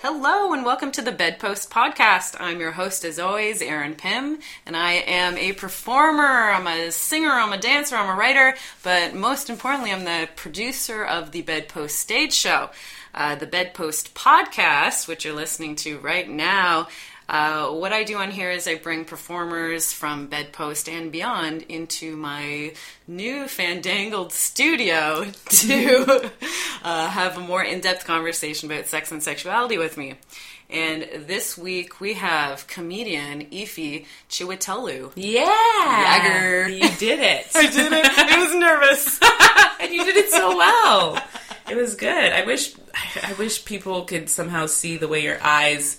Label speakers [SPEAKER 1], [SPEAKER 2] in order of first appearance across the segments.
[SPEAKER 1] Hello and welcome to the Bedpost Podcast. I'm your host, as always, Erin Pym, and I am a performer. I'm a singer, I'm a dancer, I'm a writer, but most importantly, I'm the producer of the Bedpost Stage Show. Uh, the Bedpost Podcast, which you're listening to right now, uh, what I do on here is I bring performers from Bedpost and beyond into my new fandangled studio to uh, have a more in depth conversation about sex and sexuality with me. And this week we have comedian Ife Chiwetellu.
[SPEAKER 2] Yeah.
[SPEAKER 1] Yagger.
[SPEAKER 2] You did
[SPEAKER 1] I
[SPEAKER 2] it.
[SPEAKER 1] did it. I was nervous.
[SPEAKER 2] and you did it so well. It was good. I wish I wish people could somehow see the way your eyes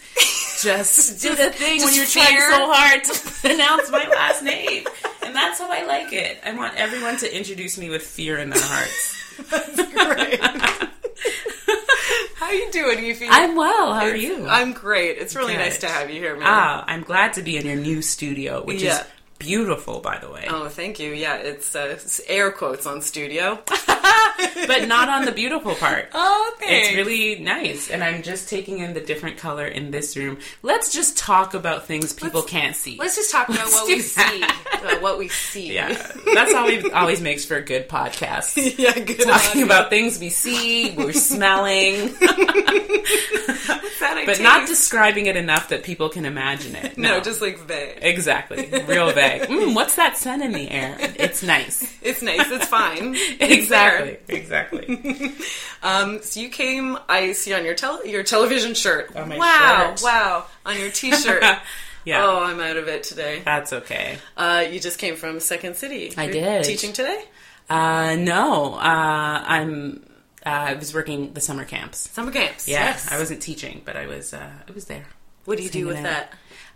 [SPEAKER 2] just do the thing when
[SPEAKER 1] just
[SPEAKER 2] you're
[SPEAKER 1] fear.
[SPEAKER 2] trying so hard to pronounce my last name. And that's how I like it. I want everyone to introduce me with fear in their hearts.
[SPEAKER 1] How you doing, Ife?
[SPEAKER 2] I'm well. How are you?
[SPEAKER 1] I'm great. It's really
[SPEAKER 2] Good.
[SPEAKER 1] nice to have you here, man.
[SPEAKER 2] ah, I'm glad to be in your new studio, which
[SPEAKER 1] Yeah.
[SPEAKER 2] is beautiful, by the way.
[SPEAKER 1] Oh, thank you. Yeah, it's, uh, it's air quotes on studio.
[SPEAKER 2] But not on the beautiful part.
[SPEAKER 1] Oh,
[SPEAKER 2] It's really nice, and I'm just taking in the different color in this room. Let's just talk about things people can't see.
[SPEAKER 1] Let's just talk about what
[SPEAKER 2] do
[SPEAKER 1] we see.
[SPEAKER 2] that.
[SPEAKER 1] About what we see.
[SPEAKER 2] yeah, that's always always makes for a good podcast.
[SPEAKER 1] yeah. Good.
[SPEAKER 2] Talking about things we see, we're smelling,
[SPEAKER 1] that,
[SPEAKER 2] but not describing it enough that people can imagine it.
[SPEAKER 1] no, just like vague.
[SPEAKER 2] exactly, real vague. Mm, what's that scent in the air? It's nice.
[SPEAKER 1] It's nice. It's fine. It's there.
[SPEAKER 2] Exactly, exactly.
[SPEAKER 1] Um, so you came. I see on your tel- your television shirt.
[SPEAKER 2] my
[SPEAKER 1] wow.
[SPEAKER 2] shirt.
[SPEAKER 1] Wow. On your T-shirt.
[SPEAKER 2] Yeah,
[SPEAKER 1] Oh, I'm out of it today.
[SPEAKER 2] that's okay.
[SPEAKER 1] Uh, you just came from Second City.
[SPEAKER 2] I
[SPEAKER 1] You're
[SPEAKER 2] did.
[SPEAKER 1] Teaching today.
[SPEAKER 2] Uh, no, uh, I'm. Uh, I was working the summer camps.
[SPEAKER 1] Summer camps.
[SPEAKER 2] Yeah,
[SPEAKER 1] Yes.
[SPEAKER 2] I wasn't teaching, but I was. Uh, I was there.
[SPEAKER 1] what do you do
[SPEAKER 2] hanging
[SPEAKER 1] with
[SPEAKER 2] out.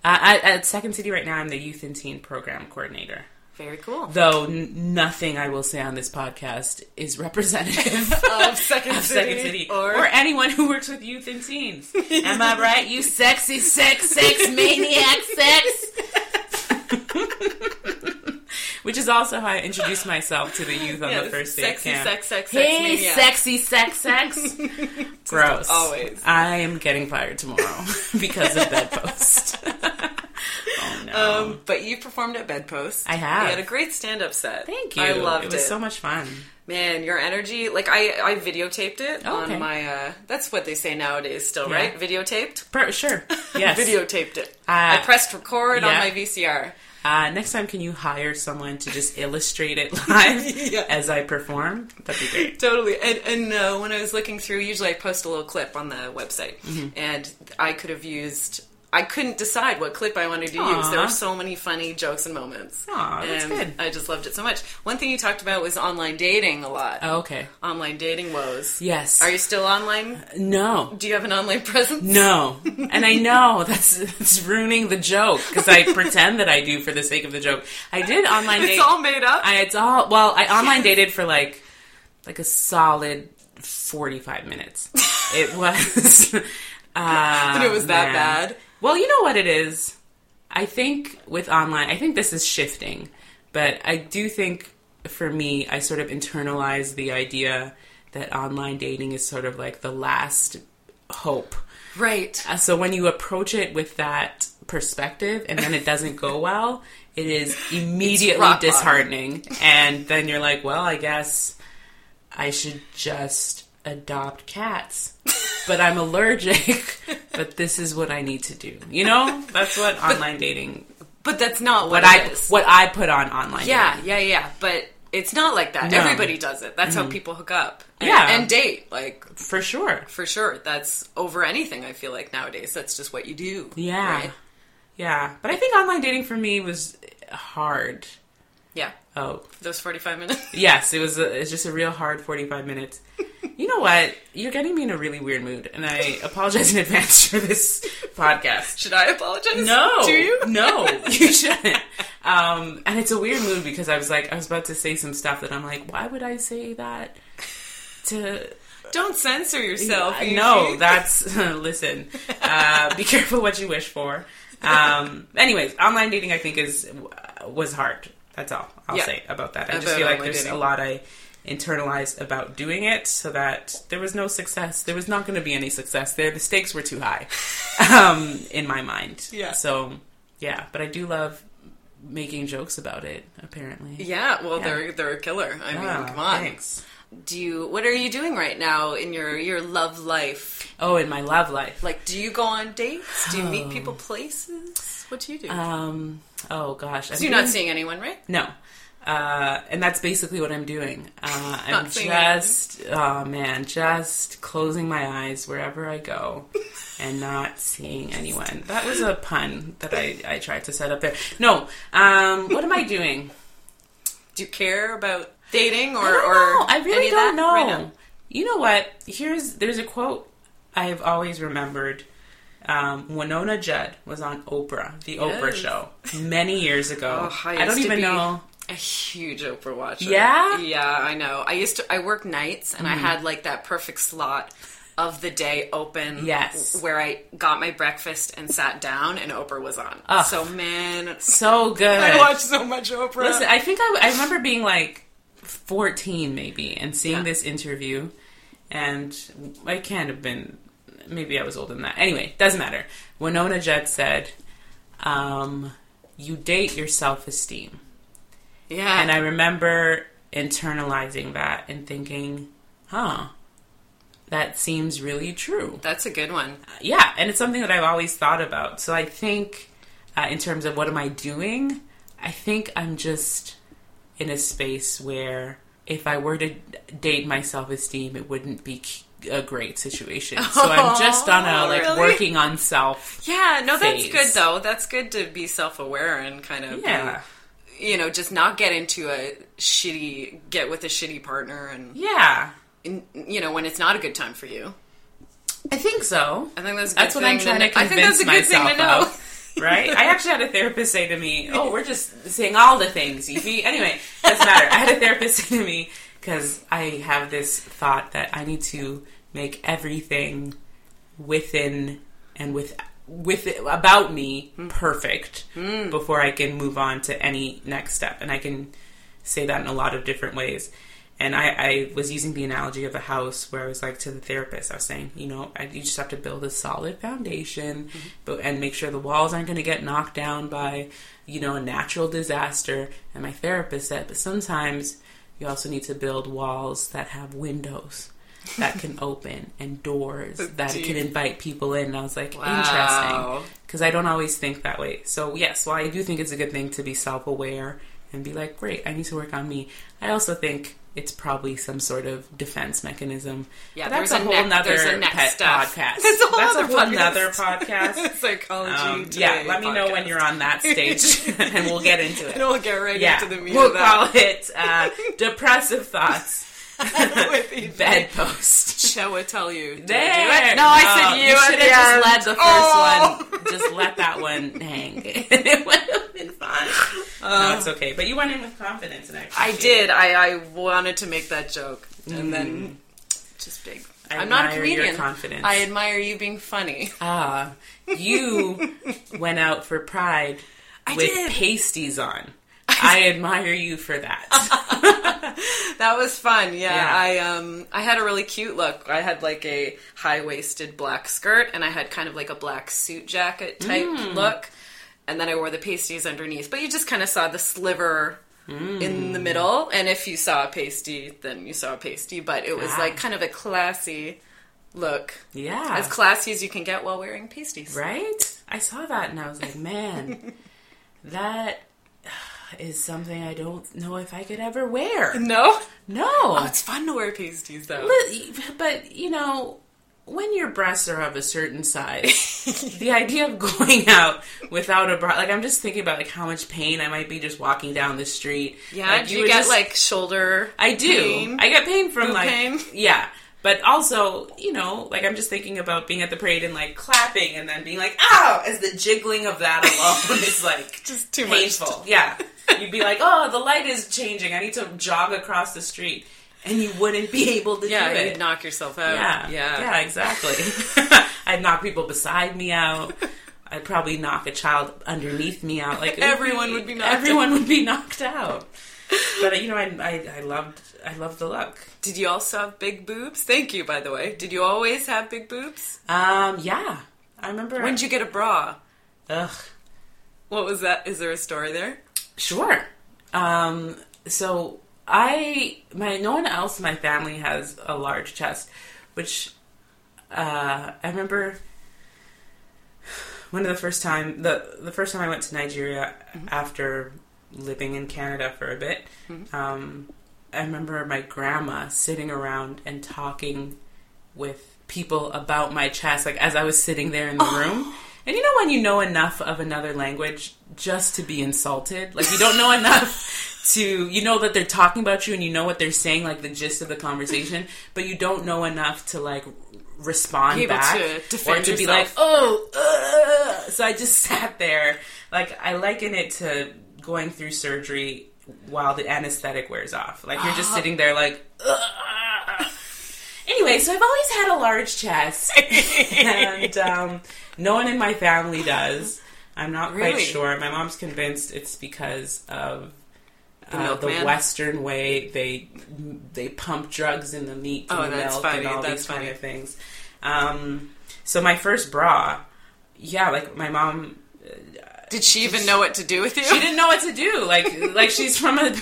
[SPEAKER 1] that?
[SPEAKER 2] Uh, I, at Second City right now, I'm the youth and teen program coordinator.
[SPEAKER 1] Very cool.
[SPEAKER 2] Though n- nothing I will say on this podcast is representative
[SPEAKER 1] of Second
[SPEAKER 2] of
[SPEAKER 1] City,
[SPEAKER 2] Second City
[SPEAKER 1] or,
[SPEAKER 2] or, anyone who works with youth and teens. Am I right? You sexy sex sex maniac sex. Which is also how I introduced myself to the youth on
[SPEAKER 1] Yeah,
[SPEAKER 2] the first day
[SPEAKER 1] sexy
[SPEAKER 2] of camp.
[SPEAKER 1] sex sex sex
[SPEAKER 2] Hey,
[SPEAKER 1] maniac.
[SPEAKER 2] sexy sex sex. Gross.
[SPEAKER 1] always.
[SPEAKER 2] I am getting fired tomorrow because of bedpost. oh no.
[SPEAKER 1] Um, but you performed at Bedpost.
[SPEAKER 2] I have.
[SPEAKER 1] You had a great stand-up set.
[SPEAKER 2] Thank you.
[SPEAKER 1] I loved it.
[SPEAKER 2] It was so much fun.
[SPEAKER 1] Man, your energy. Like I, I videotaped it
[SPEAKER 2] Oh, okay.
[SPEAKER 1] on my. Uh, that's what they say nowadays, still
[SPEAKER 2] Yeah.
[SPEAKER 1] right? Videotaped.
[SPEAKER 2] Per- sure. Yes.
[SPEAKER 1] Videotaped it. I pressed record on
[SPEAKER 2] yeah.
[SPEAKER 1] my VCR.
[SPEAKER 2] Uh, next time, can you hire someone to just illustrate it live
[SPEAKER 1] Yeah.
[SPEAKER 2] as I perform? That'd be great.
[SPEAKER 1] Totally. And, and uh, when I was looking through, usually I post a little clip on the website, and I could have used. I couldn't decide what clip I wanted to use. There
[SPEAKER 2] Aw.
[SPEAKER 1] were so many funny jokes and moments.
[SPEAKER 2] Aw, that's
[SPEAKER 1] and
[SPEAKER 2] good.
[SPEAKER 1] I just loved it so much. One thing you talked about was online dating a lot.
[SPEAKER 2] Oh, okay.
[SPEAKER 1] Online dating woes.
[SPEAKER 2] Yes.
[SPEAKER 1] Are you still online?
[SPEAKER 2] No.
[SPEAKER 1] Do you have an online presence?
[SPEAKER 2] No. And I know that's, that's ruining the joke because I pretend that I do for the sake of the joke. I did online
[SPEAKER 1] It's
[SPEAKER 2] date.
[SPEAKER 1] all made up.
[SPEAKER 2] I, it's all well. I online dated for like like a solid forty five minutes. It was. Uh,
[SPEAKER 1] it was that
[SPEAKER 2] man.
[SPEAKER 1] bad.
[SPEAKER 2] Well, you know what it is? I think with online, I think this is shifting, but I do think for me, I sort of internalize the idea that online dating is sort of like the last hope.
[SPEAKER 1] Right.
[SPEAKER 2] Uh, So when you approach it with that perspective and then it doesn't go well, it is immediately
[SPEAKER 1] rock bottom.
[SPEAKER 2] disheartening. And then you're like, well, I guess I should just adopt cats. But I'm allergic, but this is what I need to do. You know? That's what online dating
[SPEAKER 1] But that's not what,
[SPEAKER 2] what I
[SPEAKER 1] it is.
[SPEAKER 2] what I put on online
[SPEAKER 1] Yeah,
[SPEAKER 2] dating.
[SPEAKER 1] yeah, yeah. But it's not like that.
[SPEAKER 2] No. Mm-hmm.
[SPEAKER 1] Everybody does it. That's how people hook up. And,
[SPEAKER 2] Yeah.
[SPEAKER 1] And date. Like,
[SPEAKER 2] For sure.
[SPEAKER 1] for sure. That's over anything, I feel like nowadays. That's just what you do.
[SPEAKER 2] Yeah.
[SPEAKER 1] Right?
[SPEAKER 2] Yeah. But I think online dating for me was hard.
[SPEAKER 1] Yeah.
[SPEAKER 2] Oh,
[SPEAKER 1] Those 45 minutes.
[SPEAKER 2] Yes, it was. A, it's just a real hard forty-five minutes, You know what? You're getting me in a really weird mood, and I apologize in advance for this podcast.
[SPEAKER 1] Should I apologize?
[SPEAKER 2] No.
[SPEAKER 1] Do you?
[SPEAKER 2] No, you shouldn't. Um, and it's a weird mood because I was like, I was about to say some stuff that I'm like, why would I say that to.
[SPEAKER 1] Don't censor yourself.
[SPEAKER 2] I-
[SPEAKER 1] Evie.
[SPEAKER 2] no, that's. listen, uh, be careful what you wish for. Um, anyways, online dating, I think, is uh, was hard. That's all I'll
[SPEAKER 1] Yeah.
[SPEAKER 2] say about that. I just
[SPEAKER 1] About
[SPEAKER 2] feel like
[SPEAKER 1] online
[SPEAKER 2] there's a
[SPEAKER 1] dating.
[SPEAKER 2] lot I internalized about doing it so that there was no success. There was not going to be any success there. The stakes were too high um, in my mind.
[SPEAKER 1] Yeah.
[SPEAKER 2] So, yeah, but I do love making jokes about it, apparently.
[SPEAKER 1] Yeah, well,
[SPEAKER 2] Yeah.
[SPEAKER 1] they're they're a killer. I mean,
[SPEAKER 2] Ah,
[SPEAKER 1] come on.
[SPEAKER 2] Thanks.
[SPEAKER 1] Do you? What are you doing right now in your your love life?
[SPEAKER 2] Oh, in my love life.
[SPEAKER 1] Like, do you go on dates? Do you
[SPEAKER 2] Oh.
[SPEAKER 1] meet people places? What do you do?
[SPEAKER 2] Um, oh, gosh. I'm
[SPEAKER 1] so you're not
[SPEAKER 2] doing-
[SPEAKER 1] seeing anyone, right?
[SPEAKER 2] No. Uh, and that's basically what I'm doing. Uh, I'm
[SPEAKER 1] Not saying
[SPEAKER 2] just, oh man, just closing my eyes wherever I go and not seeing anyone. That was a pun that I, I tried to set up there. No, um, what am I doing?
[SPEAKER 1] Do you care about dating or
[SPEAKER 2] I don't
[SPEAKER 1] or
[SPEAKER 2] know. I really
[SPEAKER 1] any of
[SPEAKER 2] don't
[SPEAKER 1] that right
[SPEAKER 2] know.
[SPEAKER 1] now?
[SPEAKER 2] you know what? Here's there's a quote I have always remembered. Um, Winona Judd was on Oprah, the Oprah
[SPEAKER 1] Yes.
[SPEAKER 2] show, many years ago.
[SPEAKER 1] Oh, I
[SPEAKER 2] I don't
[SPEAKER 1] used to
[SPEAKER 2] even
[SPEAKER 1] be-
[SPEAKER 2] know.
[SPEAKER 1] A huge Oprah watcher.
[SPEAKER 2] Yeah?
[SPEAKER 1] Yeah, Mm-hmm. I know. I used to I worked nights and I had like that perfect slot of the day open
[SPEAKER 2] Yes.
[SPEAKER 1] where I got my breakfast and sat down and Oprah was on.
[SPEAKER 2] Ugh.
[SPEAKER 1] So man,
[SPEAKER 2] So good.
[SPEAKER 1] I watched so much Oprah.
[SPEAKER 2] Listen, I think I, I remember being like 14 maybe and seeing this interview, and I can't have been, maybe I was older than that. Anyway, doesn't matter. Winona Judd said, um, You date your self esteem.
[SPEAKER 1] yeah.
[SPEAKER 2] And I remember internalizing that and thinking, Huh, that seems really true
[SPEAKER 1] that's a good one.
[SPEAKER 2] yeah, and it's something that I've always thought about. So I think, uh, in terms of what am I doing, I think I'm just in a space where if I were to date my self esteem, it wouldn't be c- a great situation. So I'm just on a
[SPEAKER 1] Aw,
[SPEAKER 2] like
[SPEAKER 1] really?
[SPEAKER 2] working on self.
[SPEAKER 1] Yeah, no, that's
[SPEAKER 2] Phase.
[SPEAKER 1] good though. That's good to be self aware and kind of be-
[SPEAKER 2] Yeah.
[SPEAKER 1] you know, just not get into a shitty get with a shitty partner and,
[SPEAKER 2] Yeah,
[SPEAKER 1] and you know, when it's not a good time for you.
[SPEAKER 2] I think so.
[SPEAKER 1] I think that's a good
[SPEAKER 2] That's what I'm
[SPEAKER 1] thing
[SPEAKER 2] trying to
[SPEAKER 1] kn- I
[SPEAKER 2] convince
[SPEAKER 1] think that's a good
[SPEAKER 2] myself
[SPEAKER 1] thing to know.
[SPEAKER 2] of. Right? I actually had a therapist say to me, "Oh, we're just saying all the things." Evie. Anyway, doesn't matter. I had a therapist say to me because I have this thought that I need to make everything within and with with about me perfect before I can move on to any next step, and I can say that in a lot of different ways. And I, I was using the analogy of a house where I was like to the therapist, I was saying, you know, I, you just have to build a solid foundation, but and make sure the walls aren't going to get knocked down by, you know, a natural disaster. And my therapist said, but sometimes you also need to build walls that have windows that can open and doors that
[SPEAKER 1] deep.
[SPEAKER 2] can invite people in. And I was like,
[SPEAKER 1] Wow.
[SPEAKER 2] interesting, because I don't always think that way. So yes, while I do think it's a good thing to be self-aware and be like, great, I need to work on me. I also think it's probably some sort of defense mechanism.
[SPEAKER 1] Yeah,
[SPEAKER 2] But that's
[SPEAKER 1] there's a
[SPEAKER 2] whole
[SPEAKER 1] next-
[SPEAKER 2] nother
[SPEAKER 1] there's a next
[SPEAKER 2] pet
[SPEAKER 1] step.
[SPEAKER 2] podcast.
[SPEAKER 1] That's a whole
[SPEAKER 2] That's
[SPEAKER 1] other
[SPEAKER 2] a whole
[SPEAKER 1] podcast.
[SPEAKER 2] nother podcast.
[SPEAKER 1] Psychology.
[SPEAKER 2] Um, yeah,
[SPEAKER 1] Today
[SPEAKER 2] let me know when
[SPEAKER 1] podcast.
[SPEAKER 2] you're on that stage, and we'll get into it.
[SPEAKER 1] And we'll get right
[SPEAKER 2] yeah,
[SPEAKER 1] into the meat
[SPEAKER 2] we'll
[SPEAKER 1] of that.
[SPEAKER 2] call it uh, depressive thoughts
[SPEAKER 1] With Evie.
[SPEAKER 2] bedpost.
[SPEAKER 1] Shall I tell you? Did I do
[SPEAKER 2] There.
[SPEAKER 1] it? No, I said you.
[SPEAKER 2] You
[SPEAKER 1] at
[SPEAKER 2] should
[SPEAKER 1] the
[SPEAKER 2] have
[SPEAKER 1] end. Oh.
[SPEAKER 2] just let the first one. Just let that one hang. it would have been fun. no, it's okay. But you went in with confidence, and I.
[SPEAKER 1] I
[SPEAKER 2] appreciate it.
[SPEAKER 1] did. I, I wanted to make that joke, and then just big.
[SPEAKER 2] Mm. I
[SPEAKER 1] I'm not a
[SPEAKER 2] admire your
[SPEAKER 1] comedian.
[SPEAKER 2] confidence.
[SPEAKER 1] I admire you being funny.
[SPEAKER 2] Ah, you went out for Pride with
[SPEAKER 1] did.
[SPEAKER 2] pasties on. I admire you for that.
[SPEAKER 1] That was fun. Yeah,
[SPEAKER 2] Yeah.
[SPEAKER 1] I um I had a really cute look. I had like a high-waisted black skirt and I had kind of like a black suit jacket type
[SPEAKER 2] Hmm.
[SPEAKER 1] look. And then I wore the pasties underneath. But you just kind of saw the sliver
[SPEAKER 2] Hmm.
[SPEAKER 1] in the middle and if you saw a pasty, then you saw a pasty, but it was
[SPEAKER 2] Ah.
[SPEAKER 1] like kind of a classy look.
[SPEAKER 2] Yeah.
[SPEAKER 1] As classy as you can get while wearing pasties.
[SPEAKER 2] Right? I saw that and I was like, man, that is something I don't know if I could ever wear.
[SPEAKER 1] No?
[SPEAKER 2] No.
[SPEAKER 1] It's fun to wear pasties though.
[SPEAKER 2] But, but you know, when your breasts are of a certain size, the idea of going out without a bra, like I'm just thinking about like how much pain I might be just walking down the street.
[SPEAKER 1] Yeah, do you
[SPEAKER 2] would
[SPEAKER 1] get
[SPEAKER 2] just-
[SPEAKER 1] like shoulder
[SPEAKER 2] I do.
[SPEAKER 1] pain?
[SPEAKER 2] I get pain from
[SPEAKER 1] Boob
[SPEAKER 2] like
[SPEAKER 1] pain?
[SPEAKER 2] yeah, But also, you know, like I'm just thinking about being at the parade and like clapping and then being like, "Ow!" as the jiggling of that alone is like
[SPEAKER 1] Just too
[SPEAKER 2] painful.
[SPEAKER 1] much.
[SPEAKER 2] Yeah. You'd be like, "Oh, the light is changing. I need to jog across the street." And you wouldn't be able to do
[SPEAKER 1] Yeah,
[SPEAKER 2] it.
[SPEAKER 1] you'd knock yourself out.
[SPEAKER 2] Yeah.
[SPEAKER 1] yeah.
[SPEAKER 2] Yeah, exactly. I'd knock people beside me out. I'd probably knock a child underneath me out. Like it
[SPEAKER 1] Everyone would be knocked
[SPEAKER 2] Everyone would be knocked out. But you know, I, I I loved I loved the look.
[SPEAKER 1] Did you also have big boobs? Thank you, by the way. Did you always have big boobs?
[SPEAKER 2] Um, yeah, I remember.
[SPEAKER 1] When did you get a bra?
[SPEAKER 2] Ugh,
[SPEAKER 1] What was that? Is there a story there?
[SPEAKER 2] sure. Um, so I my no one else in my family has a large chest, which uh, I remember one of the first time the the first time I went to Nigeria after living in Canada for a bit. Um, I remember my grandma sitting around and talking with people about my chest, like as I was sitting there in the
[SPEAKER 1] Oh.
[SPEAKER 2] room. And you know when you know enough of another language just to be insulted, like you don't know enough to you know that they're talking about you and you know what they're saying, like the gist of the conversation, but you don't know enough to like respond
[SPEAKER 1] Be able
[SPEAKER 2] back
[SPEAKER 1] to
[SPEAKER 2] or
[SPEAKER 1] defend
[SPEAKER 2] to be
[SPEAKER 1] yourself.
[SPEAKER 2] like, oh, uh. so I just sat there. Like I liken it to going through surgery while the anesthetic wears off. Like you're
[SPEAKER 1] Ah.
[SPEAKER 2] just sitting there, like. "Ugh." Anyway, so I've always had a large chest, and um, no one in my family does. I'm not quite
[SPEAKER 1] Really?
[SPEAKER 2] sure. My mom's convinced it's because of uh, the
[SPEAKER 1] milkman?
[SPEAKER 2] Western way they they pump drugs in the meat
[SPEAKER 1] Oh,
[SPEAKER 2] and the
[SPEAKER 1] that's
[SPEAKER 2] milk
[SPEAKER 1] funny,
[SPEAKER 2] and all
[SPEAKER 1] that's
[SPEAKER 2] these kind
[SPEAKER 1] funny.
[SPEAKER 2] of things. Um, so my first bra, yeah, like my mom
[SPEAKER 1] Did she even know what to do with you?
[SPEAKER 2] she didn't know what to do. Like like she's from a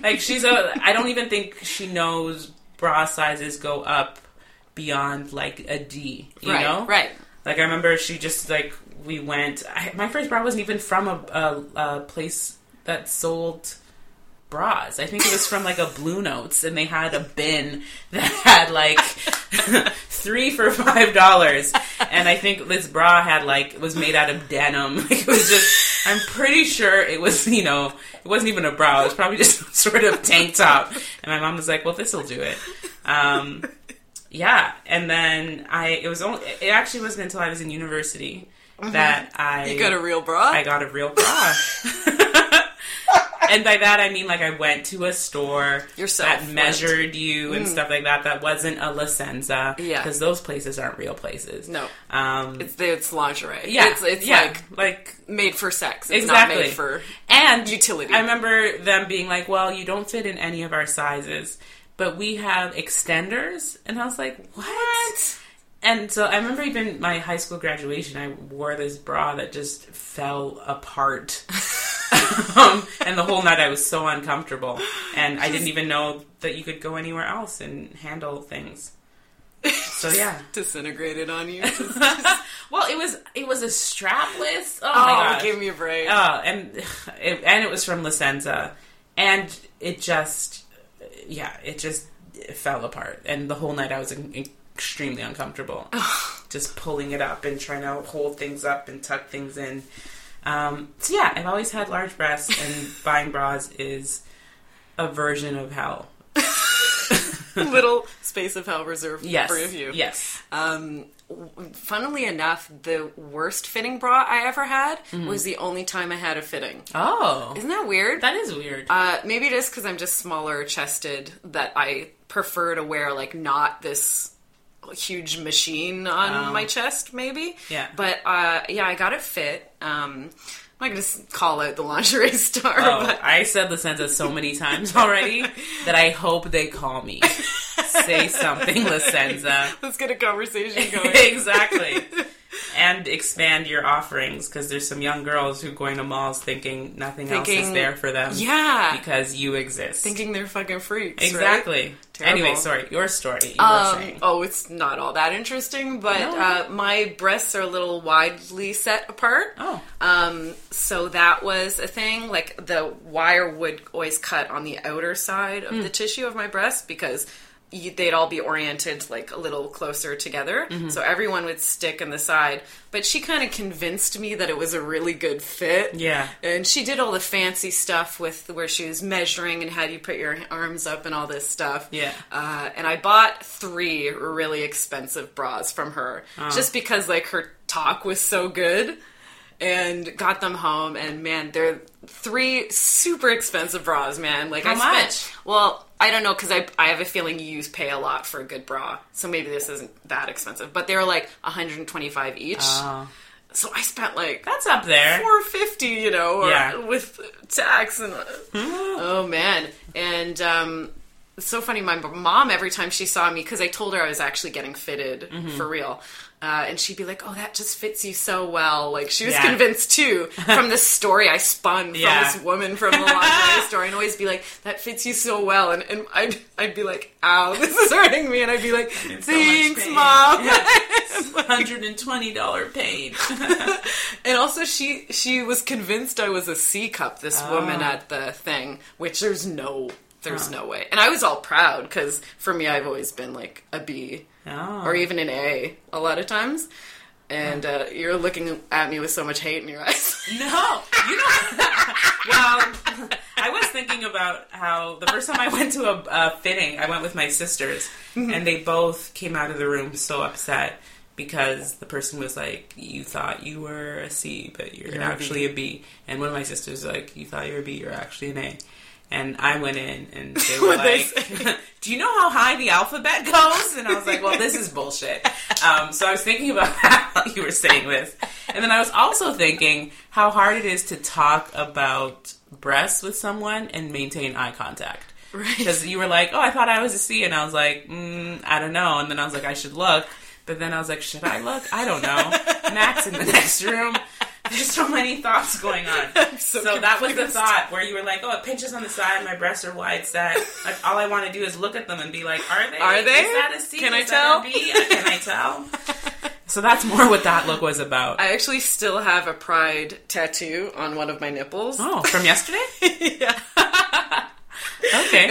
[SPEAKER 2] like she's a I don't even think she knows bra sizes go up beyond like a D. You
[SPEAKER 1] right,
[SPEAKER 2] know?
[SPEAKER 1] right.
[SPEAKER 2] Like I remember she just like we went I, my first bra wasn't even from a, a, a place that sold bras. I think it was from like a Blue Notes and they had a bin that had like three for five dollars. And I think this bra had like was made out of denim. Like it was just I'm pretty sure it was, you know, it wasn't even a bra, it was probably just some sort of tank top. And my mom was like, Well this'll do it. Um yeah, and then I it was only it actually wasn't until I was in university that I
[SPEAKER 1] You got a real bra?
[SPEAKER 2] I got a real bra. and by that I mean like I went to a store
[SPEAKER 1] Yourself
[SPEAKER 2] that
[SPEAKER 1] went.
[SPEAKER 2] measured you and stuff like that. That wasn't a licenza.
[SPEAKER 1] Mm. Yeah.
[SPEAKER 2] Because those places aren't real places.
[SPEAKER 1] no.
[SPEAKER 2] Um
[SPEAKER 1] It's, it's lingerie.
[SPEAKER 2] yeah,
[SPEAKER 1] It's, it's
[SPEAKER 2] yeah,
[SPEAKER 1] like
[SPEAKER 2] like
[SPEAKER 1] made for sex. It's
[SPEAKER 2] exactly
[SPEAKER 1] not made for.
[SPEAKER 2] and
[SPEAKER 1] utility.
[SPEAKER 2] I remember them being like, "Well, you don't fit in any of our sizes, but we have extenders," and I was like, "What?" And so I remember even my high school graduation, I wore this bra that just fell apart. um, and the whole night I was so uncomfortable, and I didn't even know that you could go anywhere else and handle things. So yeah,
[SPEAKER 1] Disintegrated on you. oh,
[SPEAKER 2] well, it was it was a strapless. Oh, my gosh.
[SPEAKER 1] give me a break.
[SPEAKER 2] Oh, and it, and it was from Licenza, and it just, yeah, it just fell apart. And the whole night I was in, extremely uncomfortable, just pulling it up and trying to hold things up and tuck things in. Um, so yeah, I've always had large breasts, and buying bras is a version of hell.
[SPEAKER 1] Little space of hell reserved
[SPEAKER 2] Yes,
[SPEAKER 1] for you.
[SPEAKER 2] yes,
[SPEAKER 1] Um, w- funnily enough, the worst fitting bra I ever had was the only time I had a fitting.
[SPEAKER 2] Mm-hmm. oh,
[SPEAKER 1] Isn't that weird?
[SPEAKER 2] that is weird.
[SPEAKER 1] Uh, maybe it is because I'm just smaller chested that I prefer to wear like not this huge machine on my chest, maybe.
[SPEAKER 2] Oh. Yeah.
[SPEAKER 1] But uh, yeah, I got it fit. Um, I'm not gonna s- call out the lingerie star,
[SPEAKER 2] Oh, I said Licenza so many times already that I hope they call me. Say something, Licenza.
[SPEAKER 1] but let's get a conversation going.
[SPEAKER 2] exactly. And expand your offerings because there's some young girls who go into malls thinking nothing else is
[SPEAKER 1] Thinking-
[SPEAKER 2] there for them.
[SPEAKER 1] yeah.
[SPEAKER 2] Because you exist.
[SPEAKER 1] Thinking they're fucking freaks. right?
[SPEAKER 2] exactly.
[SPEAKER 1] Terrible.
[SPEAKER 2] Anyway, sorry, your story. You were
[SPEAKER 1] Um,
[SPEAKER 2] saying.
[SPEAKER 1] oh, it's not all that interesting, but
[SPEAKER 2] No.
[SPEAKER 1] uh, my breasts are a little widely set apart.
[SPEAKER 2] Oh.
[SPEAKER 1] Um, so that was a thing.
[SPEAKER 2] Hmm.
[SPEAKER 1] Like the wire would always cut on the outer side of the tissue of my breast because you, they'd all be oriented like a little closer together.
[SPEAKER 2] Mm-hmm.
[SPEAKER 1] So everyone would stick on the side. But she kind of convinced me that it was a really good fit.
[SPEAKER 2] Yeah.
[SPEAKER 1] And she did all the fancy stuff with where she was measuring and how do you put your arms up and all this stuff.
[SPEAKER 2] Yeah.
[SPEAKER 1] Uh, and I bought three really expensive bras from her
[SPEAKER 2] Ah.
[SPEAKER 1] just because like her talk was so good and got them home and man they're three super expensive bras man like i
[SPEAKER 2] How
[SPEAKER 1] spent well i don't know because I, I have a feeling you pay a lot for a good bra so maybe this isn't that expensive but they were like 125 each
[SPEAKER 2] Oh,
[SPEAKER 1] so i spent like
[SPEAKER 2] that's up there.
[SPEAKER 1] 450 you know or
[SPEAKER 2] Yeah. Hmm.
[SPEAKER 1] with tax and oh man and um it's so funny my mom every time she saw me because i told her i was actually getting fitted
[SPEAKER 2] Mm-hmm.
[SPEAKER 1] for real uh, and she'd be like oh that just fits you so well like she was
[SPEAKER 2] Yeah.
[SPEAKER 1] convinced too from this story i spun from
[SPEAKER 2] Yeah.
[SPEAKER 1] this woman from the lingerie store and always be like that fits you so well and, and I'd, I'd be like ow this is hurting me and i'd be like
[SPEAKER 2] so much
[SPEAKER 1] thanks
[SPEAKER 2] pain."
[SPEAKER 1] mom
[SPEAKER 2] Hundred and twenty dollar pain.
[SPEAKER 1] And also, she she was convinced I was a C cup. This
[SPEAKER 2] Ah.
[SPEAKER 1] woman at the thing, which there's no there's no way. And I was all proud because for me, I've always been like a B
[SPEAKER 2] Oh.
[SPEAKER 1] or even an A a lot of times. And uh, you're looking at me with so much hate in your eyes.
[SPEAKER 2] No, you don't. well, I was thinking about how the first time I went to a, a fitting, I went with my sisters,
[SPEAKER 1] Mm-hmm.
[SPEAKER 2] and they both came out of the room so upset because the person was like, "You thought you were a C, but you're,
[SPEAKER 1] You're a
[SPEAKER 2] actually a B. and one of my sisters was like, "You thought you were a B, you're actually an A." And I went in and they were
[SPEAKER 1] What'd they
[SPEAKER 2] like, Do you know how high the alphabet goes? And I was like, Well, this is bullshit. Um, so I was thinking about that while you were saying this. And then I was also thinking how hard it is to talk about breasts with someone and maintain eye contact.
[SPEAKER 1] Right.
[SPEAKER 2] Because you were like, Oh, I thought I was a C. And I was like, mm, I don't know. And then I was like, I should look. But then I was like, Should I look? I don't know. Max in the next room. There's so many thoughts going on.
[SPEAKER 1] so
[SPEAKER 2] So, that was the
[SPEAKER 1] confused.
[SPEAKER 2] thought where you were like, "Oh, it pinches on the side. My breasts are wide set. Like all I want to do is look at them and be like, are they?
[SPEAKER 1] Are they?
[SPEAKER 2] Is that a C?
[SPEAKER 1] Can I
[SPEAKER 2] Is that a
[SPEAKER 1] tell?"
[SPEAKER 2] B? Can I tell?" So that's more what that look was about.
[SPEAKER 1] I actually still have a pride tattoo on one of my nipples.
[SPEAKER 2] oh, from yesterday.
[SPEAKER 1] yeah.
[SPEAKER 2] Okay.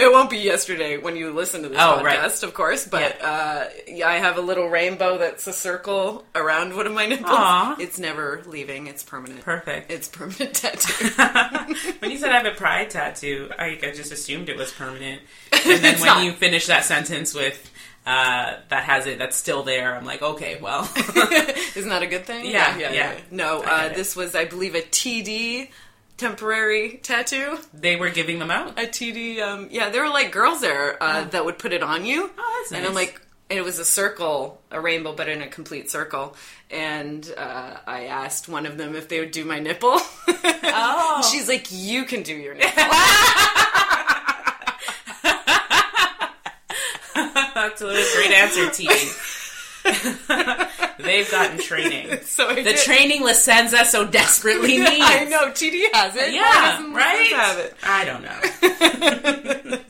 [SPEAKER 1] It won't be yesterday when you listen to this
[SPEAKER 2] Oh,
[SPEAKER 1] podcast,
[SPEAKER 2] right.
[SPEAKER 1] of course, but
[SPEAKER 2] Yeah.
[SPEAKER 1] uh, yeah, I have a little rainbow that's a circle around one of my nipples.
[SPEAKER 2] Aw.
[SPEAKER 1] It's never leaving, it's permanent.
[SPEAKER 2] Perfect.
[SPEAKER 1] It's permanent tattoo.
[SPEAKER 2] when you said I have a pride tattoo, I, I just assumed it was permanent. And then
[SPEAKER 1] It's
[SPEAKER 2] when
[SPEAKER 1] not.
[SPEAKER 2] you finish that sentence with uh, "that has it," that's still there. I'm like, okay, well,
[SPEAKER 1] Isn't that a good thing?
[SPEAKER 2] Yeah, yeah.
[SPEAKER 1] No,
[SPEAKER 2] I
[SPEAKER 1] uh,
[SPEAKER 2] get it.
[SPEAKER 1] this was, I believe, a TD temporary tattoo.
[SPEAKER 2] they were giving them out.
[SPEAKER 1] A TD, um, yeah, there were like girls there uh, that would put it on you.
[SPEAKER 2] Oh, that's
[SPEAKER 1] And I'm
[SPEAKER 2] nice.
[SPEAKER 1] like, it was a circle, a rainbow, but in a complete circle. And uh, I asked one of them if they would do my nipple.
[SPEAKER 2] Oh,
[SPEAKER 1] She's like, you can do your nipple.
[SPEAKER 2] That's a great answer, T. They've gotten training.
[SPEAKER 1] so I
[SPEAKER 2] The
[SPEAKER 1] did.
[SPEAKER 2] training Licenza so desperately needs.
[SPEAKER 1] I know TD has it. Why
[SPEAKER 2] Yeah,
[SPEAKER 1] doesn't Liz
[SPEAKER 2] right?
[SPEAKER 1] Have it.
[SPEAKER 2] I don't know.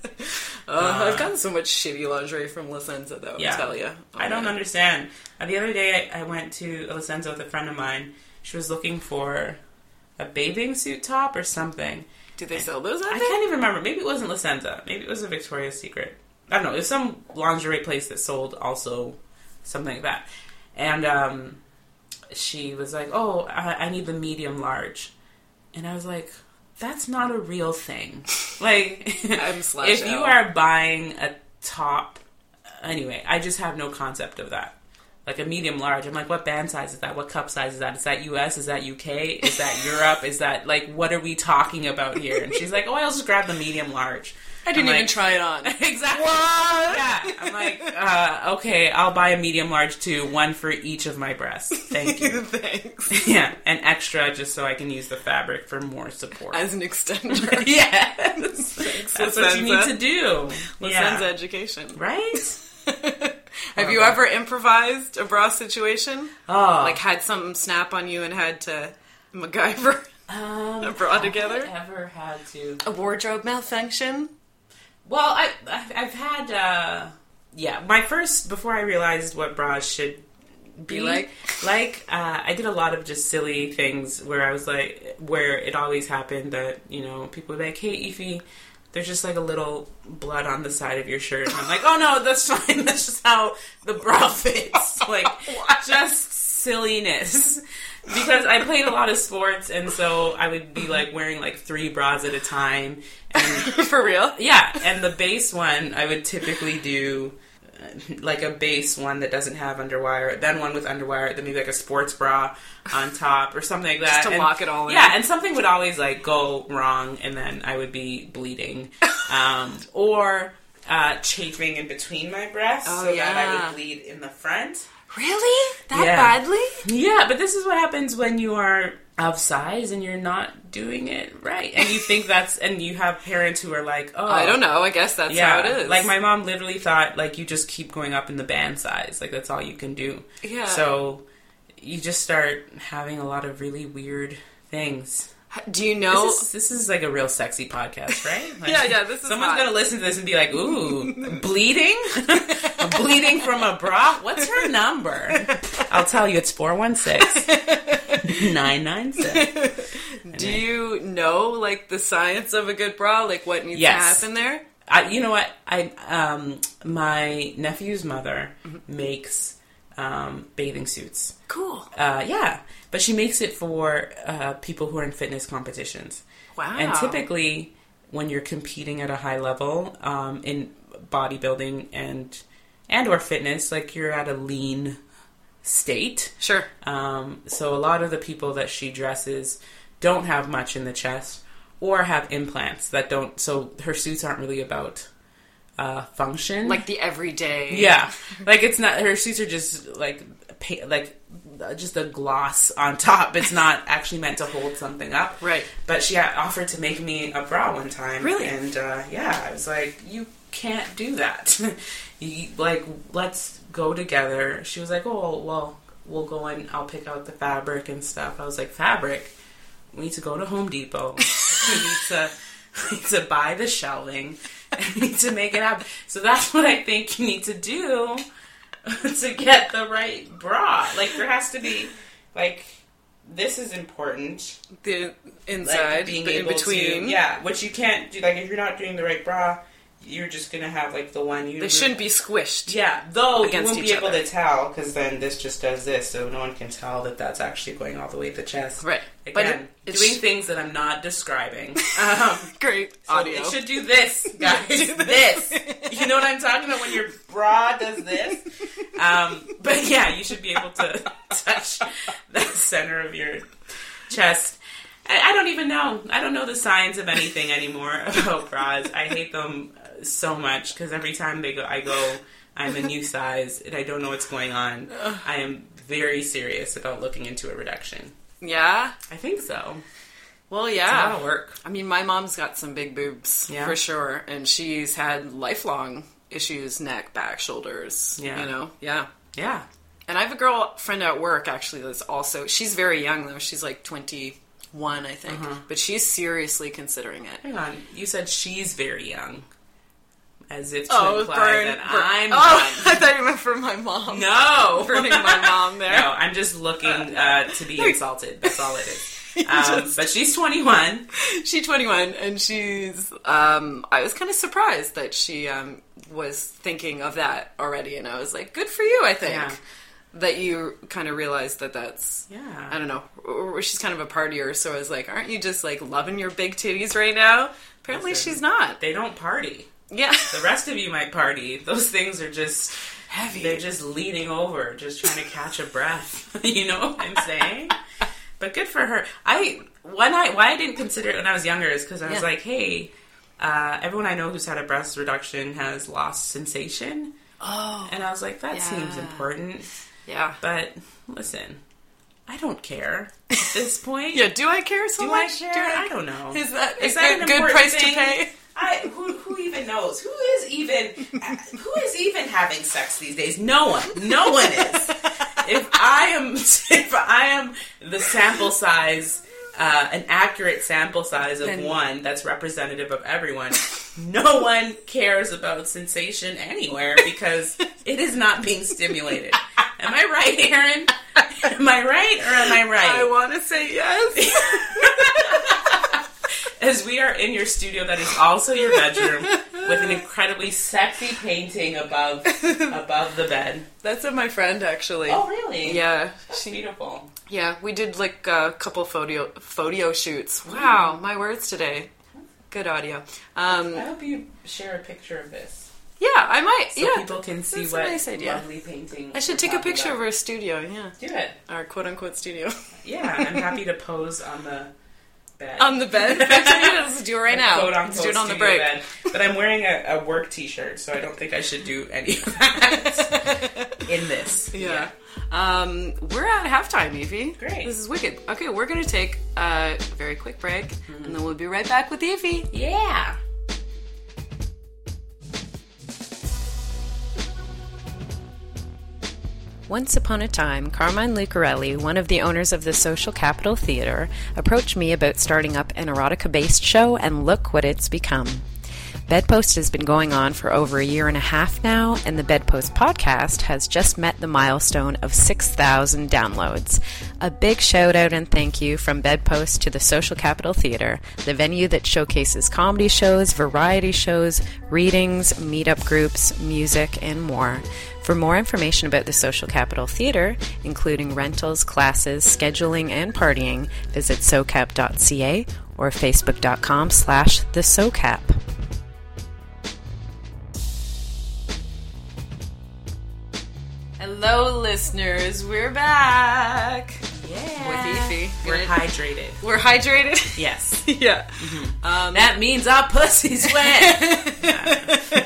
[SPEAKER 1] Uh, I've gotten so much shitty lingerie from Licenza, though.
[SPEAKER 2] Uh-huh. Yeah.
[SPEAKER 1] I tell Oh, you,
[SPEAKER 2] I don't understand. Uh, the other day, I I went to Licenza with a friend of mine. She was looking for a bathing suit top or something.
[SPEAKER 1] Do they sell those? Out
[SPEAKER 2] I
[SPEAKER 1] there?
[SPEAKER 2] can't even remember. Maybe it wasn't Licenza. Maybe it was a Victoria's Secret. I don't know. It was some lingerie place that sold also something like that. And um, she was like, "Oh, I, I need the medium large," and I was like, "That's not a real thing." Like,
[SPEAKER 1] I'm slash
[SPEAKER 2] if you
[SPEAKER 1] L.
[SPEAKER 2] are buying a top, anyway, I just have no concept of that. Like a medium large, I'm like, what band size is that? What cup size is that? Is that U.S.? Is that U.K.? Is that Europe? Is that like what are we talking about here? And she's like, oh, I'll just grab the medium large.
[SPEAKER 1] I didn't
[SPEAKER 2] I'm
[SPEAKER 1] even
[SPEAKER 2] like-
[SPEAKER 1] try it on.
[SPEAKER 2] Exactly. Yeah. I'm like, uh, okay, I'll buy a medium large too, one for each of my breasts. Thank you.
[SPEAKER 1] Thanks.
[SPEAKER 2] yeah, and extra just so I can use the fabric for more support.
[SPEAKER 1] As an extender,
[SPEAKER 2] yes. That's what you need
[SPEAKER 1] Licenza.
[SPEAKER 2] to do.
[SPEAKER 1] Licenza
[SPEAKER 2] Yeah.
[SPEAKER 1] education.
[SPEAKER 2] Right?
[SPEAKER 1] Have you ever improvised a bra situation?
[SPEAKER 2] Oh.
[SPEAKER 1] Like had some snap on you and had to MacGyver
[SPEAKER 2] um,
[SPEAKER 1] a bra together?
[SPEAKER 2] ever had to.
[SPEAKER 1] A wardrobe malfunction?
[SPEAKER 2] Well, I, I've, I've had, uh, yeah, my first, before I realized what bras should be,
[SPEAKER 1] Be like?
[SPEAKER 2] like, uh, I did a lot of just silly things where I was like, where it always happened that, you know, people were like, hey, Ify, there's just like a little blood on the side of your shirt. And I'm like, oh no, that's fine. That's just how the bra fits. Like, just silliness. Because I played a lot of sports, and so I would be like wearing like three bras at a time. And
[SPEAKER 1] For real?
[SPEAKER 2] yeah, and the base one I would typically do uh, like a base one that doesn't have underwire, then one with underwire, then maybe like a sports bra on top or something like that.
[SPEAKER 1] to
[SPEAKER 2] and-
[SPEAKER 1] lock it all in.
[SPEAKER 2] Yeah, and something would always like go wrong, and then I would be bleeding, um, or uh, chafing in between my breasts,
[SPEAKER 1] Oh,
[SPEAKER 2] so that I
[SPEAKER 1] yeah.
[SPEAKER 2] would bleed in the front.
[SPEAKER 1] Really? That
[SPEAKER 2] Yeah.
[SPEAKER 1] badly?
[SPEAKER 2] Yeah, but this is what happens when you are of size and you're not doing it right, and you think that's, and you have parents who are like, oh,
[SPEAKER 1] I don't know. I guess that's
[SPEAKER 2] yeah,
[SPEAKER 1] how it is.
[SPEAKER 2] Like my mom literally thought like you just keep going up in the band size. Like that's all you can do.
[SPEAKER 1] Yeah.
[SPEAKER 2] So you just start having a lot of really weird things.
[SPEAKER 1] Do you know?
[SPEAKER 2] This is, this is like a real sexy podcast, right? Like,
[SPEAKER 1] Oh. Yeah, yeah, this is
[SPEAKER 2] Someone's
[SPEAKER 1] hot.
[SPEAKER 2] gonna listen to this and be like, "Ooh, bleeding, bleeding from a bra. What's her number?" I'll tell you, it's 416 996
[SPEAKER 1] do you know like the science of a good bra? Like what needs to
[SPEAKER 2] Yes.
[SPEAKER 1] happen there?
[SPEAKER 2] I, you know what? I um, my nephew's mother makes um, bathing suits.
[SPEAKER 1] Cool.
[SPEAKER 2] Uh, yeah, but she makes it for uh, people who are in fitness competitions.
[SPEAKER 1] Wow.
[SPEAKER 2] And typically, when you're competing at a high level um, in bodybuilding and and or fitness, like you're at a lean state.
[SPEAKER 1] Sure.
[SPEAKER 2] Um, so a lot of the people that she dresses don't have much in the chest or have implants that don't. So her suits aren't really about uh, function.
[SPEAKER 1] Like the everyday.
[SPEAKER 2] yeah, like it's not. Her suits are just like pa- like uh, just a gloss on top. It's not actually meant to hold something up.
[SPEAKER 1] Right.
[SPEAKER 2] But she had offered to make me a bra one time.
[SPEAKER 1] Really?
[SPEAKER 2] And uh, yeah, I was like, you can't do that. you, like, let's go together. She was like, oh, well, we'll go and I'll pick out the fabric and stuff. I was like, fabric? We need to go to Home Depot. we need to. We need to buy the shelving. and we need to make it happen. So that's what I think you need to do to get the right bra. Like there has to be, like this is important
[SPEAKER 1] The
[SPEAKER 2] like
[SPEAKER 1] inside,
[SPEAKER 2] being
[SPEAKER 1] the in
[SPEAKER 2] able
[SPEAKER 1] between.
[SPEAKER 2] to yeah which you can't do like if you're not doing the right bra you're just gonna have like the one you
[SPEAKER 1] They shouldn't be squished.
[SPEAKER 2] yeah though you
[SPEAKER 1] against
[SPEAKER 2] won't be
[SPEAKER 1] each
[SPEAKER 2] able
[SPEAKER 1] other.
[SPEAKER 2] to tell because then this just does this so no one can tell that that's actually going all the way to the chest
[SPEAKER 1] Right. But
[SPEAKER 2] again
[SPEAKER 1] it- it
[SPEAKER 2] doing
[SPEAKER 1] sh-
[SPEAKER 2] things that i'm not describing um
[SPEAKER 1] Great
[SPEAKER 2] so
[SPEAKER 1] audio.
[SPEAKER 2] it should do this guys
[SPEAKER 1] Do this.
[SPEAKER 2] this you know what i'm talking about when your bra does this um but yeah you should be able to touch the center of your chest. I, I don't even know. I don't know the signs of anything anymore about bras. I hate them uh, so much because every time they go, I go, I'm a new size and I don't know what's going on. I am very serious about looking into a reduction.
[SPEAKER 1] yeah.
[SPEAKER 2] I think so.
[SPEAKER 1] Well,
[SPEAKER 2] A
[SPEAKER 1] yeah.
[SPEAKER 2] lot of work.
[SPEAKER 1] I mean, my mom's got some big boobs
[SPEAKER 2] Yeah.
[SPEAKER 1] for sure, and she's had lifelong issues neck, back, shoulders.
[SPEAKER 2] Yeah.
[SPEAKER 1] You know, yeah.
[SPEAKER 2] Yeah.
[SPEAKER 1] And I have a girlfriend at work actually that's also she's very young though. She's like twenty one, I think, but she's seriously considering it.
[SPEAKER 2] Hang on. You said she's very young, as if to
[SPEAKER 1] Oh,
[SPEAKER 2] imply
[SPEAKER 1] burn,
[SPEAKER 2] that
[SPEAKER 1] burn-
[SPEAKER 2] I'm
[SPEAKER 1] Oh, I thought you meant for my mom.
[SPEAKER 2] young. no
[SPEAKER 1] Burning my mom there.
[SPEAKER 2] No, I'm just looking uh, to be insulted. That's all it is. Um, but she's 21.
[SPEAKER 1] She's 21, and she's. Um, I was kind of surprised that she um, was thinking of that already, and I was like, "Good for you!" I think
[SPEAKER 2] Yeah.
[SPEAKER 1] that you kind of realized that that's.
[SPEAKER 2] Yeah.
[SPEAKER 1] I don't know. or She's kind of a partier, so I was like, "Aren't you just like loving your big titties right now?" Apparently,
[SPEAKER 2] Listen.
[SPEAKER 1] she's not.
[SPEAKER 2] They don't party.
[SPEAKER 1] Yeah,
[SPEAKER 2] The rest of you might party. Those things are just
[SPEAKER 1] heavy.
[SPEAKER 2] they're just leaning over, just trying to catch a breath. you know what I'm saying? but good for her. I when I why I didn't consider it when I was younger is because I was
[SPEAKER 1] Yeah.
[SPEAKER 2] like, hey, uh, everyone I know who's had a breast reduction has lost sensation,
[SPEAKER 1] oh,
[SPEAKER 2] and I was like, that seems
[SPEAKER 1] Yeah.
[SPEAKER 2] important.
[SPEAKER 1] yeah.
[SPEAKER 2] But listen, I don't care at this point.
[SPEAKER 1] Yeah. Do I care so
[SPEAKER 2] Do I
[SPEAKER 1] much?
[SPEAKER 2] care?
[SPEAKER 1] Do
[SPEAKER 2] I don't know.
[SPEAKER 1] Is that
[SPEAKER 2] Is
[SPEAKER 1] is
[SPEAKER 2] that
[SPEAKER 1] that
[SPEAKER 2] an
[SPEAKER 1] a good
[SPEAKER 2] important
[SPEAKER 1] price
[SPEAKER 2] thing?
[SPEAKER 1] to pay?
[SPEAKER 2] I, who, who even knows? Who is even who is even having sex these days? No one. No one is. If I am if I am the sample size, uh, an accurate sample size of
[SPEAKER 1] Then-
[SPEAKER 2] one that's representative of everyone, no one cares about sensation anywhere because it is not being stimulated. Am I right, Aaron? Am I right or am I right?
[SPEAKER 1] I want to say yes.
[SPEAKER 2] as we are in your studio that is also your bedroom with an incredibly sexy painting above above the bed.
[SPEAKER 1] That's of my friend actually.
[SPEAKER 2] Oh, really?
[SPEAKER 1] Yeah,
[SPEAKER 2] That's beautiful.
[SPEAKER 1] yeah. We did like a couple photo photo shoots.
[SPEAKER 2] Hmm.
[SPEAKER 1] Wow, my words today. Good audio. Um,
[SPEAKER 2] I hope you share a picture of this
[SPEAKER 1] yeah, I might.
[SPEAKER 2] so
[SPEAKER 1] yeah,
[SPEAKER 2] people can see
[SPEAKER 1] that's a
[SPEAKER 2] what
[SPEAKER 1] nice idea.
[SPEAKER 2] lovely painting.
[SPEAKER 1] I should
[SPEAKER 2] we're
[SPEAKER 1] take a
[SPEAKER 2] talking
[SPEAKER 1] picture of
[SPEAKER 2] about.
[SPEAKER 1] our studio. Yeah,
[SPEAKER 2] Do it.
[SPEAKER 1] our quote unquote studio
[SPEAKER 2] Yeah, I'm happy to pose on the bed.
[SPEAKER 1] on the bed. Let's do it right Um, now.
[SPEAKER 2] Quote
[SPEAKER 1] Let's
[SPEAKER 2] unquote
[SPEAKER 1] do it on the
[SPEAKER 2] studio
[SPEAKER 1] break.
[SPEAKER 2] bed. But I'm wearing a, a work T-shirt, so I don't think I should do any of that in this.
[SPEAKER 1] Yeah. Um, we're at halftime, Evie.
[SPEAKER 2] Great.
[SPEAKER 1] This is wicked. Okay, we're going to take a very quick break,
[SPEAKER 2] Mm-hmm.
[SPEAKER 1] and then we'll be right back with Evie.
[SPEAKER 2] Yeah.
[SPEAKER 1] Once upon a time, Carmine Lucarelli, one of the owners of the Social Capital Theater, approached me about starting up an erotica based show, and look what it's become. Bedpost has been going on for over a year and a half now, and the Bedpost podcast has just met the milestone of 6,000 downloads. A big shout out and thank you from Bedpost to the Social Capital Theater, the venue that showcases comedy shows, variety shows, readings, meetup groups, music, and more. For more information about the Social Capital Theater, including rentals, classes, scheduling, and partying, visit socap.ca or facebook.com slash the socap. Hello, listeners. We're back.
[SPEAKER 2] Yeah.
[SPEAKER 1] With Efi.
[SPEAKER 2] We're
[SPEAKER 1] Good.
[SPEAKER 2] hydrated.
[SPEAKER 1] We're hydrated.
[SPEAKER 2] Yes.
[SPEAKER 1] yeah. Mm-hmm. Um,
[SPEAKER 2] That means our pussy's wet.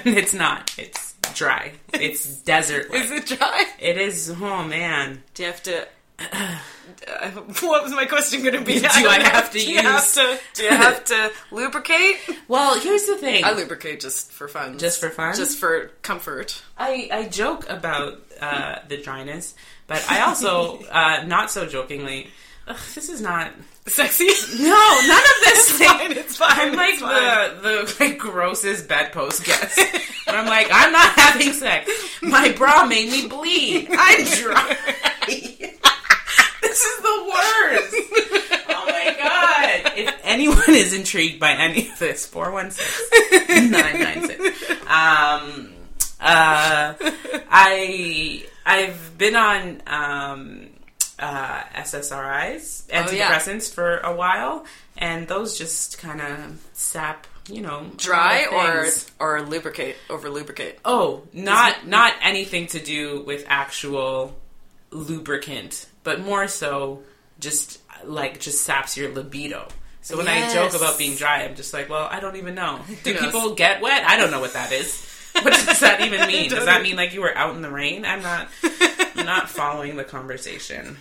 [SPEAKER 2] it's not. It's dry. It's desert.
[SPEAKER 1] Is it dry?
[SPEAKER 2] It is. Oh man.
[SPEAKER 1] Do you have to? uh, what was my question going to be? Do
[SPEAKER 2] I
[SPEAKER 1] I,
[SPEAKER 2] don't know.
[SPEAKER 1] have to
[SPEAKER 2] Do you
[SPEAKER 1] use?
[SPEAKER 2] have to-
[SPEAKER 1] do you have to lubricate?
[SPEAKER 2] Well, here's the thing.
[SPEAKER 1] I lubricate just for fun.
[SPEAKER 2] Just for fun?
[SPEAKER 1] Just for comfort.
[SPEAKER 2] I, I joke about uh, the dryness, but I also uh, not so jokingly. Ugh, this is not.
[SPEAKER 1] Sexy.
[SPEAKER 2] No, none of this thing.
[SPEAKER 1] fine, it's fine,
[SPEAKER 2] I'm like
[SPEAKER 1] it's fine.
[SPEAKER 2] the the like, grossest bedpost guest. and I'm like, I'm not having sex. My bra made me bleed. I'm dry. this is the worst. Oh my god! If anyone is intrigued by any of this, four one six nine nine six. Um, uh, I I've been on um, uh, SSRIs,
[SPEAKER 1] Oh, yeah.
[SPEAKER 2] antidepressants, for a while, and those just kind of sap, you know, a
[SPEAKER 1] Dry
[SPEAKER 2] lot of
[SPEAKER 1] or
[SPEAKER 2] things.
[SPEAKER 1] or lubricate over lubricate.
[SPEAKER 2] oh, not not anything to do with actual lubricant, but more so just like just saps your libido. So when I
[SPEAKER 1] Yes.
[SPEAKER 2] joke about being dry, I'm just like, well, I don't even know. Do
[SPEAKER 1] knows?
[SPEAKER 2] people get wet? I don't know what that is. What does that even mean? Does
[SPEAKER 1] e-
[SPEAKER 2] that mean like you were out in the rain? I'm not I'm not following the conversation.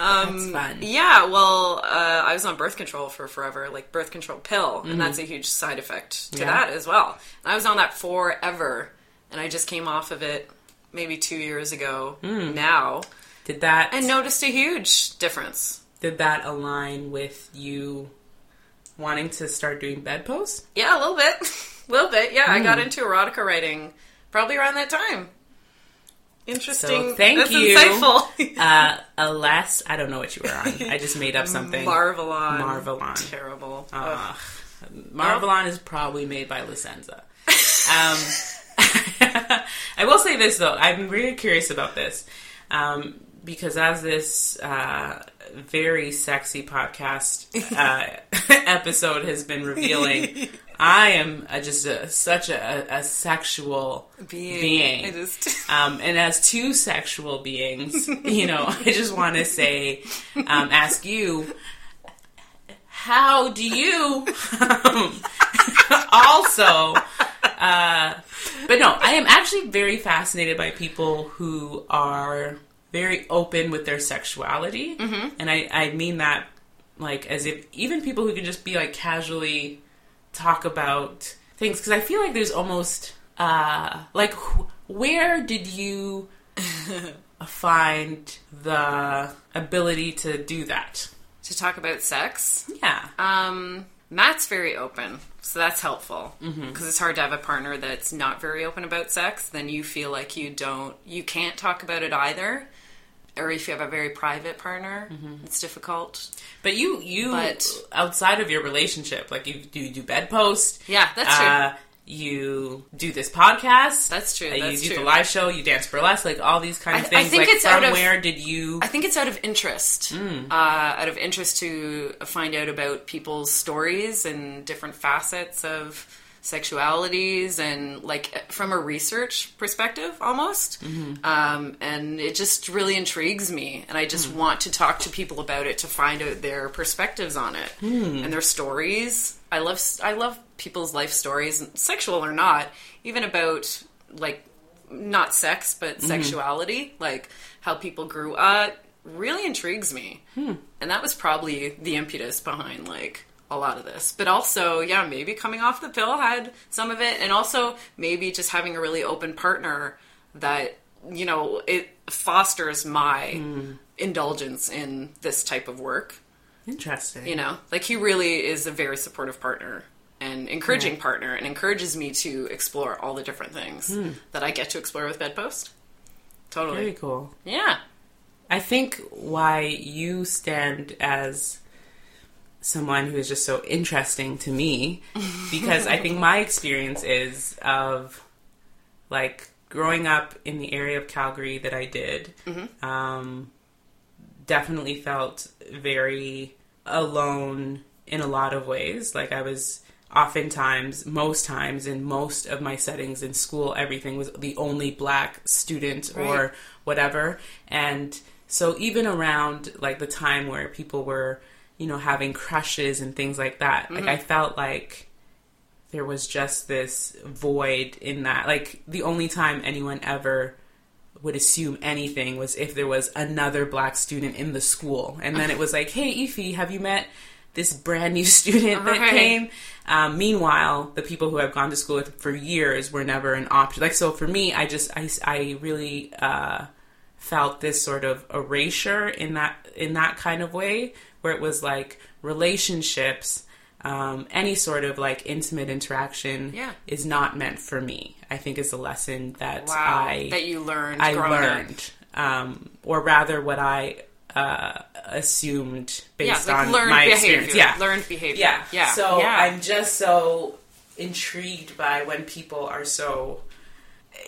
[SPEAKER 2] Um, fun.
[SPEAKER 1] Yeah, well, uh, I was on birth control for forever, like birth control pill, and that's a huge side effect to
[SPEAKER 2] Mm-hmm. Yeah.
[SPEAKER 1] that as well. And I was on that forever, and I just came off of it maybe two years ago
[SPEAKER 2] Hmm.
[SPEAKER 1] now,
[SPEAKER 2] Did that
[SPEAKER 1] and noticed a huge difference.
[SPEAKER 2] did that align with you wanting to start doing bedposts?
[SPEAKER 1] Yeah, a little bit, a little bit. Yeah, I
[SPEAKER 2] Hmm.
[SPEAKER 1] got into erotica writing probably around that time. Interesting.
[SPEAKER 2] So, thank
[SPEAKER 1] that's
[SPEAKER 2] you.
[SPEAKER 1] Insightful.
[SPEAKER 2] Uh, alas, I don't know what you were on. I just made up something.
[SPEAKER 1] Marvelon.
[SPEAKER 2] Marvelon.
[SPEAKER 1] Terrible. Ugh.
[SPEAKER 2] Ugh. Marvelon is probably made by Licenza. Um, I will say this though, I'm really curious about this um, because as this uh, very sexy podcast uh, episode has been revealing, I am uh just a, such a, a sexual
[SPEAKER 1] Being.
[SPEAKER 2] being.
[SPEAKER 1] It is.
[SPEAKER 2] Um, and as two sexual beings, you know, I just want to say, um, ask you, how do you um, also? Uh, but no, I am actually very fascinated by people who are very open with their sexuality, and I, I mean that like as if even people who can just be like casually talk about things because I feel like there's almost uh, like wh- where did you find the ability to do that? Uh,
[SPEAKER 1] to talk about sex.
[SPEAKER 2] Yeah,
[SPEAKER 1] Um, Matt's very open, so that's helpful because it's hard to have a partner that's not very open about sex. Then you feel like you don't, you can't talk about it either, or if you have a very private partner, it's difficult.
[SPEAKER 2] But you, you
[SPEAKER 1] But-
[SPEAKER 2] outside of your relationship, like you, you do bedpost.
[SPEAKER 1] Yeah, that's true.
[SPEAKER 2] uh, You do this podcast.
[SPEAKER 1] That's true,
[SPEAKER 2] uh,
[SPEAKER 1] that's
[SPEAKER 2] you do
[SPEAKER 1] true.
[SPEAKER 2] the live show. You dance burlesque. Like all these kind of
[SPEAKER 1] I- I
[SPEAKER 2] things.
[SPEAKER 1] think
[SPEAKER 2] like
[SPEAKER 1] it's
[SPEAKER 2] from
[SPEAKER 1] out of-
[SPEAKER 2] where did you?
[SPEAKER 1] I think it's out of interest. Uh, out of interest to find out about people's stories and different facets of sexualities and like from a research perspective almost. Um, and it just really intrigues me. And I just want to talk to people about it to find out their perspectives on it and their stories. I love, I love people's life stories, sexual or not, even about like not sex but sexuality like how people grew up really intrigues me and that was probably the impetus behind like a lot of this but also yeah maybe coming off the pill had some of it and also maybe just having a really open partner that you know it fosters my indulgence in this type of work
[SPEAKER 2] Interesting.
[SPEAKER 1] you know like he really is a very supportive partner and encouraging partner and encourages me to explore all the different things that i get to explore with bedpost totally
[SPEAKER 2] Hmm. very cool.
[SPEAKER 1] yeah
[SPEAKER 2] I think why you stand as someone who is just so interesting to me, because I think my experience is of like growing up in the area of Calgary that I did, um, definitely felt very alone in a lot of ways. Like I was oftentimes, most times, in most of my settings in school, everything was the only black student
[SPEAKER 1] Right.
[SPEAKER 2] or whatever. And so even around like the time where people were, you know, having crushes and things like that, like I felt like there was just this void in that. Like the only time anyone ever would assume anything was if there was another black student in the school. And then it was like, hey, Ify, have you met this brand new student that
[SPEAKER 1] Right.
[SPEAKER 2] came? Um, meanwhile, the people who I've gone to school with for years were never an option. Like, so for me, I just, I, I really, uh, felt this sort of erasure in that in that kind of way where it was like relationships um, any sort of like intimate interaction
[SPEAKER 1] Yeah.
[SPEAKER 2] is not meant for me i think is a lesson that
[SPEAKER 1] wow
[SPEAKER 2] i
[SPEAKER 1] that you learned
[SPEAKER 2] I
[SPEAKER 1] growing up.
[SPEAKER 2] learned, um, or rather, what I uh, assumed
[SPEAKER 1] yeah
[SPEAKER 2] based
[SPEAKER 1] like
[SPEAKER 2] on
[SPEAKER 1] learned
[SPEAKER 2] my
[SPEAKER 1] behavior
[SPEAKER 2] experience. Yeah,
[SPEAKER 1] learned behavior
[SPEAKER 2] yeah,
[SPEAKER 1] yeah
[SPEAKER 2] So
[SPEAKER 1] yeah.
[SPEAKER 2] I'm just so intrigued by when people are so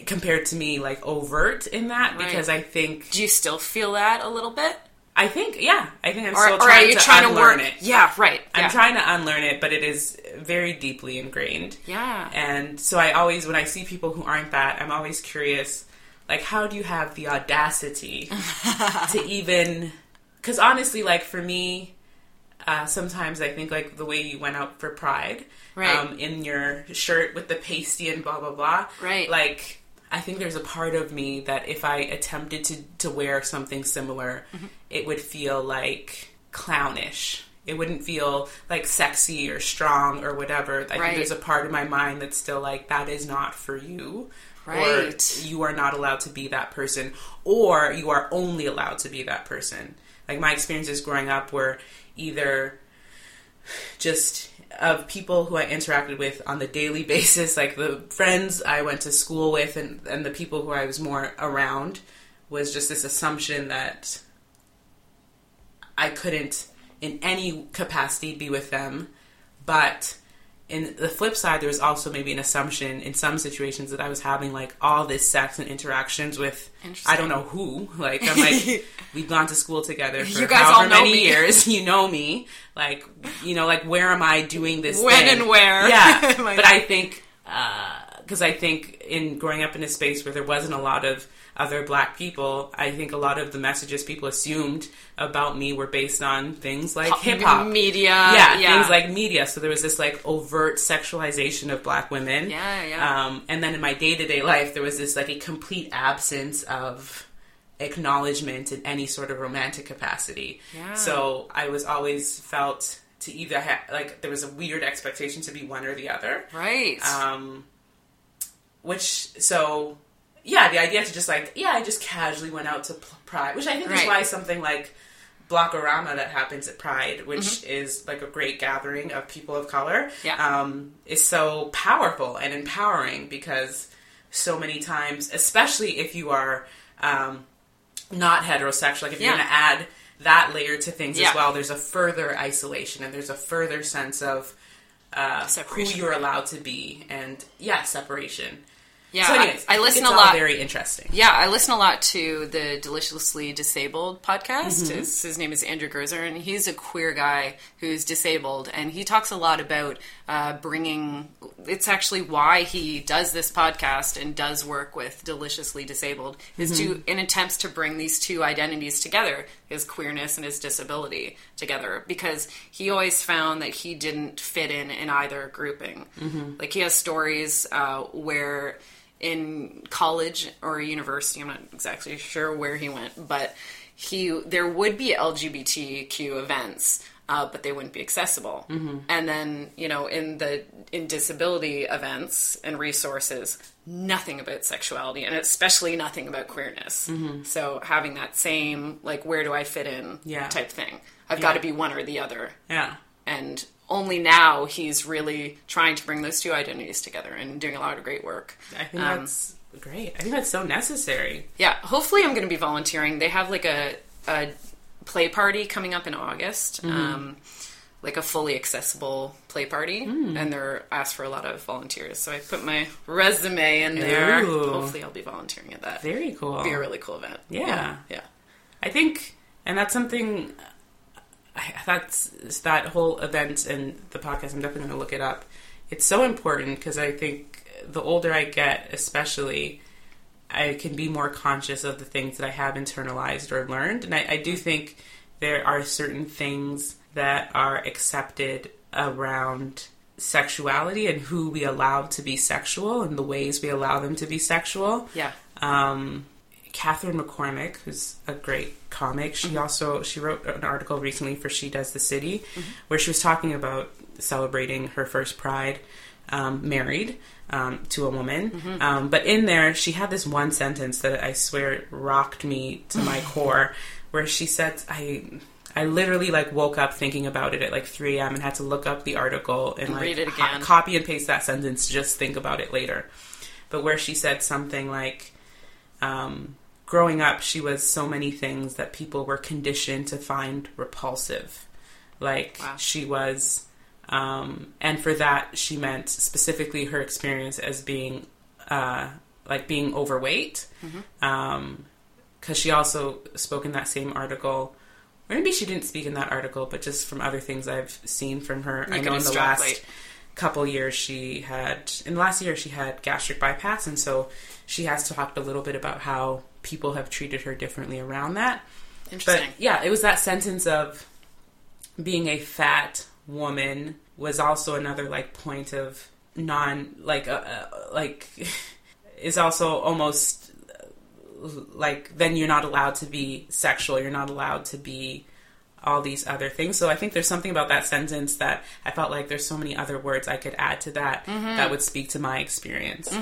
[SPEAKER 2] compared to me, like overt in that,
[SPEAKER 1] Right.
[SPEAKER 2] because I think,
[SPEAKER 1] do you still feel that a little bit
[SPEAKER 2] I think, yeah, I think I'm
[SPEAKER 1] or,
[SPEAKER 2] still
[SPEAKER 1] or are
[SPEAKER 2] trying,
[SPEAKER 1] you
[SPEAKER 2] to
[SPEAKER 1] trying to
[SPEAKER 2] unlearn
[SPEAKER 1] work
[SPEAKER 2] it.
[SPEAKER 1] yeah right yeah.
[SPEAKER 2] I'm trying to unlearn it, but it is very deeply ingrained.
[SPEAKER 1] Yeah.
[SPEAKER 2] And so I always, when I see people who aren't that, I'm always curious, like, how do you have the audacity to even. Because honestly, like, for me, uh, sometimes I think, like, the way you went out for Pride,
[SPEAKER 1] Right.
[SPEAKER 2] um, in your shirt with the pasty and blah, blah, blah.
[SPEAKER 1] Right.
[SPEAKER 2] Like, I think there's a part of me that if I attempted to, to wear something similar, it would feel like clownish. It wouldn't feel like sexy or strong or whatever. I
[SPEAKER 1] Right.
[SPEAKER 2] think there's a part of my mind that's still like, that is not for you.
[SPEAKER 1] Right.
[SPEAKER 2] Or you are not allowed to be that person. Or you are only allowed to be that person. Like my experiences growing up were either just of people who I interacted with on the daily basis, like the friends I went to school with and, and the people who I was more around, was just this assumption that I couldn't in any capacity be with them. But in the flip side, there was also maybe an assumption in some situations that I was having like all this sex and interactions with I don't know who. Like I'm like we've gone to school together for
[SPEAKER 1] You guys
[SPEAKER 2] however
[SPEAKER 1] all know
[SPEAKER 2] many
[SPEAKER 1] me.
[SPEAKER 2] years. You know me. Like you know like where am I doing this?
[SPEAKER 1] When
[SPEAKER 2] thing?
[SPEAKER 1] and where.
[SPEAKER 2] Yeah.
[SPEAKER 1] Am I
[SPEAKER 2] but I think because I think in growing up in a space where there wasn't a lot of other black people, I think a lot of the messages people assumed about me were based on things like hip hop.
[SPEAKER 1] media
[SPEAKER 2] Yeah,
[SPEAKER 1] yeah
[SPEAKER 2] things like media. So there was this like overt sexualization of black women.
[SPEAKER 1] Yeah, yeah.
[SPEAKER 2] Um, and then in my day to day life, there was this like a complete absence of acknowledgement in any sort of romantic capacity.
[SPEAKER 1] Yeah.
[SPEAKER 2] So I was always felt to either ha- like there was a weird expectation to be one or the other.
[SPEAKER 1] right
[SPEAKER 2] Um, which so yeah, the idea to just like yeah, I just casually went out to p- Pride, which I think is
[SPEAKER 1] Right.
[SPEAKER 2] why something like Blockorama that happens at Pride, which is like a great gathering of people of color,
[SPEAKER 1] Mm-hmm. Yeah.
[SPEAKER 2] um, is so powerful and empowering because so many times, especially if you are um, not heterosexual. Like if you're
[SPEAKER 1] Yeah.
[SPEAKER 2] going to add that layer to things
[SPEAKER 1] Yeah.
[SPEAKER 2] as well, there's a further isolation and there's a further sense of uh, who
[SPEAKER 1] Separation.
[SPEAKER 2] you're allowed to be and yeah, separation.
[SPEAKER 1] Yeah,
[SPEAKER 2] So, anyways,
[SPEAKER 1] I, I listen
[SPEAKER 2] it's
[SPEAKER 1] a
[SPEAKER 2] all
[SPEAKER 1] lot.
[SPEAKER 2] Very interesting.
[SPEAKER 1] Yeah, I listen a lot to the Deliciously Disabled podcast. His, his name is Andrew Gerzer, and he's a queer guy who's disabled, and he talks a lot about uh, bringing. It's actually why he does this podcast and does work with Deliciously Disabled is to in attempts to bring these two identities together, his queerness and his disability together, because he always found that he didn't fit in in either grouping. Like he has stories uh, where in college or university. I'm not exactly sure where he went, but he there would be LGBTQ events, uh, but they wouldn't be accessible.
[SPEAKER 2] Mm-hmm.
[SPEAKER 1] And then you know in the in disability events and resources, nothing about sexuality, and especially nothing about queerness.
[SPEAKER 2] Mm-hmm.
[SPEAKER 1] So having that same like where do I fit in
[SPEAKER 2] Yeah.
[SPEAKER 1] type thing. I've got to be one or the other
[SPEAKER 2] Yeah.
[SPEAKER 1] and only now he's really trying to bring those two identities together and doing a lot of great work.
[SPEAKER 2] I think
[SPEAKER 1] Um,
[SPEAKER 2] that's great. I think that's so necessary.
[SPEAKER 1] Yeah, hopefully I'm going to be volunteering. They have like a a play party coming up in August.
[SPEAKER 2] Mm-hmm.
[SPEAKER 1] Um like a fully accessible play party,
[SPEAKER 2] Mm.
[SPEAKER 1] and they're asked for a lot of volunteers. So I put my resume in there.
[SPEAKER 2] Ooh.
[SPEAKER 1] Hopefully, I'll be volunteering at that.
[SPEAKER 2] Very cool.
[SPEAKER 1] Be a really cool event.
[SPEAKER 2] Yeah.
[SPEAKER 1] yeah,
[SPEAKER 2] I think, and that's something. I- That's that whole event and the podcast. I'm definitely going to look it up. It's so important because I think the older I get, especially, I can be more conscious of the things that I have internalized or learned. And I, I do think there are certain things that are accepted around sexuality and who we allow to be sexual and the ways we allow them to be sexual
[SPEAKER 1] yeah.
[SPEAKER 2] um, Catherine McCormick, who's a great comic. She
[SPEAKER 1] Mm-hmm.
[SPEAKER 2] also she wrote an article recently for She Does the City,
[SPEAKER 1] Mm-hmm.
[SPEAKER 2] where she was talking about celebrating her first Pride, um, married um, to a woman.
[SPEAKER 1] Mm-hmm.
[SPEAKER 2] Um, but in there, she had this one sentence that I swear rocked me to my core, where she said, "I." I literally like woke up thinking about it at like 3 a.m. and had to look up the article and like
[SPEAKER 1] Read it
[SPEAKER 2] ha-
[SPEAKER 1] again.
[SPEAKER 2] copy and paste that sentence to just think about it later. But where she said something like, um, growing up, she was so many things that people were conditioned to find repulsive. Like
[SPEAKER 1] Wow.
[SPEAKER 2] she was, um, and for that, she meant specifically her experience as being, uh, like being overweight. Um, because she also spoke in that same article. Or maybe she didn't speak in that article, but just from other things I've seen from her, I
[SPEAKER 1] can
[SPEAKER 2] know in the
[SPEAKER 1] extrapolate.
[SPEAKER 2] last couple years she had in the last year she had gastric bypass, and so she has talked a little bit about how people have treated her differently around that. But
[SPEAKER 1] Interesting.
[SPEAKER 2] yeah, it was that sentence of being a fat woman was also another like point of non like uh, uh, like is also almost uh, like then you're not allowed to be sexual, you're not allowed to be all these other things. So I think there's something about that sentence that I felt like there's so many other words I could add to that that would speak to my experience.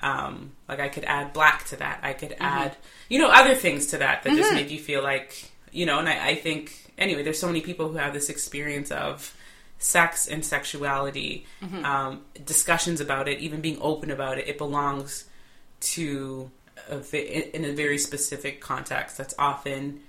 [SPEAKER 2] Um, like I could add black to that. I could add, you know, other things to that that just make you feel like, you know, and I, I think, anyway, there's so many people who have this experience of sex and sexuality, um, discussions about it, even being open about it. It belongs to a, ve- in a very specific context that's often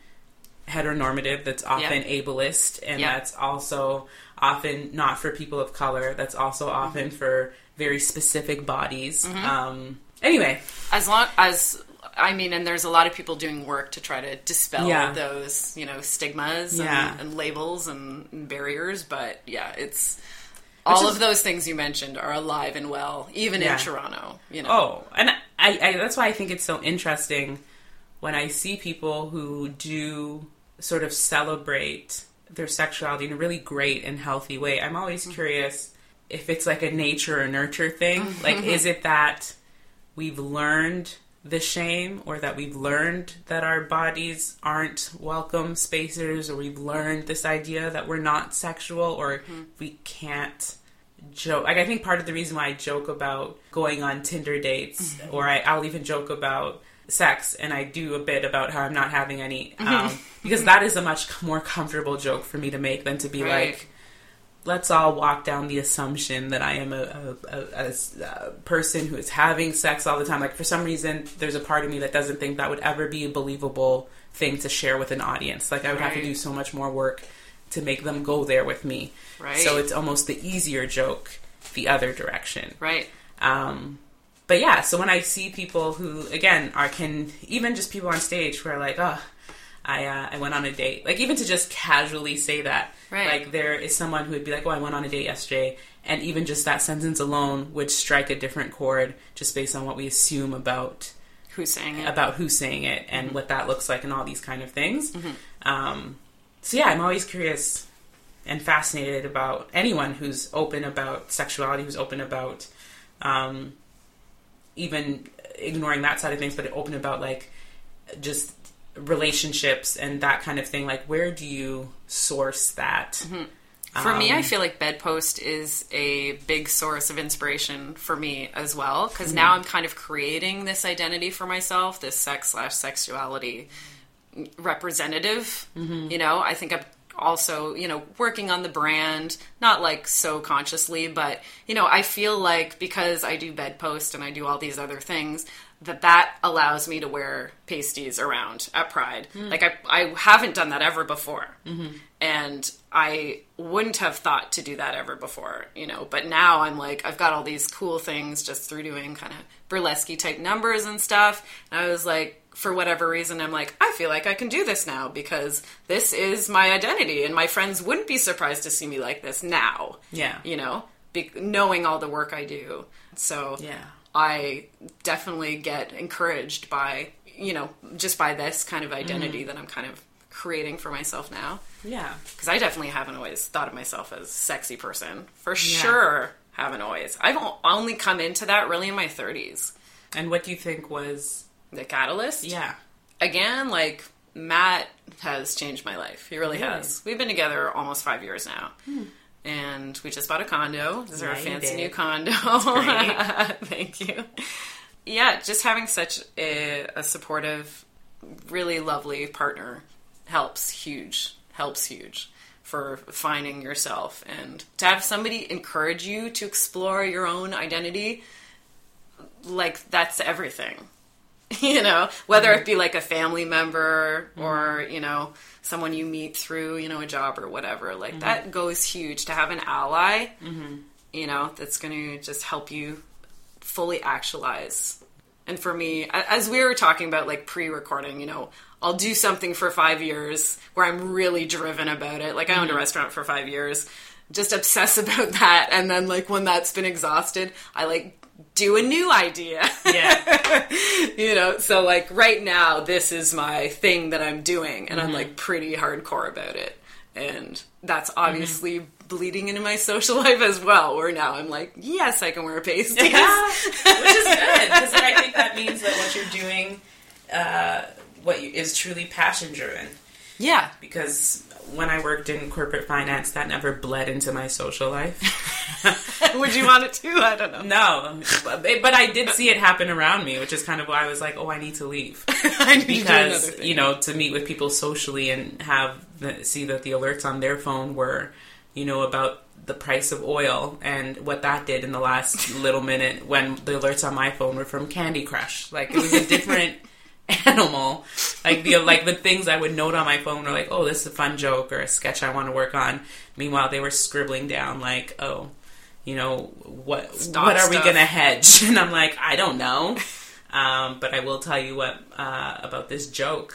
[SPEAKER 2] heteronormative, that's often ableist, and
[SPEAKER 1] Yeah.
[SPEAKER 2] that's also often not for people of color, that's also often for very specific bodies. Um, anyway,
[SPEAKER 1] as long as I mean, and there's a lot of people doing work to try to dispel
[SPEAKER 2] Yeah.
[SPEAKER 1] those, you know, stigmas
[SPEAKER 2] Yeah.
[SPEAKER 1] and, and labels and, and barriers. But yeah, it's all
[SPEAKER 2] is-
[SPEAKER 1] of those things you mentioned are alive and well, even
[SPEAKER 2] Yeah.
[SPEAKER 1] in Toronto. You know,
[SPEAKER 2] oh, and I, I, that's why I think it's so interesting when I see people who do sort of celebrate their sexuality in a really great and healthy way. I'm always curious if it's like a nature or nurture thing. Like, is it that we've learned the shame or that we've learned that our bodies aren't welcome spacers or we've learned this idea that we're not sexual or we can't joke like i think part of the reason why i joke about going on tinder dates or I, i'll even joke about sex and i do a bit about how i'm not having any um, because that is a much more comfortable joke for me to make than to be
[SPEAKER 1] Right.
[SPEAKER 2] like let's all walk down the assumption that I am a, a, a- a- a person who is having sex all the time. Like, for some reason, there's a part of me that doesn't think that would ever be a believable thing to share with an audience. Like, I would have to
[SPEAKER 1] Right.
[SPEAKER 2] do so much more work to make them go there with me.
[SPEAKER 1] Right.
[SPEAKER 2] So it's almost the easier joke the other direction.
[SPEAKER 1] Right.
[SPEAKER 2] Um, but yeah, so when I see people who, again, are can even just people on stage who are like, oh, I uh, I went on a date, like even to just casually say that,
[SPEAKER 1] Right.
[SPEAKER 2] like there is someone who would be like, oh, I went on a date yesterday, and even just that sentence alone would strike a different chord just based on what we assume about
[SPEAKER 1] Who's saying it?
[SPEAKER 2] about who's saying it and what that looks like and all these kind of things. Um, so yeah, I'm always curious and fascinated about anyone who's open about sexuality, who's open about um, even ignoring that side of things, but open about like just relationships and that kind of thing. Like, where do you source that?
[SPEAKER 1] For me, I
[SPEAKER 2] Um,
[SPEAKER 1] feel like Bedpost is a big source of inspiration for me as well, because now I'm kind of creating this identity for myself, this sex slash sexuality representative. You know, I think I'm also, you know, working on the brand, not like so consciously, but, you know, I feel like because I do Bedpost and I do all these other things, that that allows me to wear pasties around at Pride. Like, I, I haven't done that ever before and I wouldn't have thought to do that ever before, you know. But now I'm like, I've got all these cool things just through doing kind of burlesque type numbers and stuff. And I was like, for whatever reason, I'm like, I feel like I can do this now because this is my identity, and my friends wouldn't be surprised to see me like this now.
[SPEAKER 2] Yeah.
[SPEAKER 1] you know, be- knowing all the work I do. So
[SPEAKER 2] Yeah.
[SPEAKER 1] I definitely get encouraged by you know just by this kind of
[SPEAKER 2] Mm-hmm.
[SPEAKER 1] identity that I'm kind of creating for myself now
[SPEAKER 2] Yeah.
[SPEAKER 1] because I definitely haven't always thought of myself as a sexy person. For sure, haven't always. I've o- only come into that really in my 30s.
[SPEAKER 2] And what do you think was,
[SPEAKER 1] The catalyst,
[SPEAKER 2] yeah.
[SPEAKER 1] Again, like Matt has changed my life. He really
[SPEAKER 2] Really? Hmm.
[SPEAKER 1] has. We've been together almost five years now. And we just bought a condo. This is our
[SPEAKER 2] Yeah, you
[SPEAKER 1] fancy
[SPEAKER 2] did.
[SPEAKER 1] new condo. Thank you. Yeah, just having such a, a supportive, really lovely partner helps huge. Helps huge for finding yourself and to have somebody encourage you to explore your own identity. Like that's everything you know, whether it be like a family member or, you know, someone you meet through, you know, a job or whatever, like that goes huge to have an ally, you know, that's going to just help you fully actualize. And for me, a- as we were talking about like pre recording, you know, I'll do something for five years where I'm really driven about it. Like I owned a restaurant for five years, just obsess about that. And then like when that's been exhausted, I like do a new idea.
[SPEAKER 2] Yeah.
[SPEAKER 1] you know so like right now this is my thing that i'm doing and i'm like pretty hardcore about it and that's obviously bleeding into my social life as well where now i'm like yes i can wear pasties
[SPEAKER 2] which is good because I think that means that what you're doing, uh, what you, is truly passion driven.
[SPEAKER 1] yeah
[SPEAKER 2] Because when I worked in corporate finance, that never bled into my social life.
[SPEAKER 1] would you want it to i don't know
[SPEAKER 2] no, um, but but I did see it happen around me, which is kind of why I was like, oh, I need to leave
[SPEAKER 1] i need to do another
[SPEAKER 2] because
[SPEAKER 1] thing
[SPEAKER 2] you know to meet with people socially and have the, see that the alerts on their phone were you know about the price of oil and what that did in the last little minute when the alerts on my phone were from Candy Crush like it was a different animal like the like the things I would note on my phone were like oh this is a fun joke or a sketch I want to work on meanwhile they were scribbling down like oh you know what
[SPEAKER 1] Stock
[SPEAKER 2] what are we
[SPEAKER 1] stuff.
[SPEAKER 2] gonna hedge and i'm like i don't know um, but i will tell you what uh, about this joke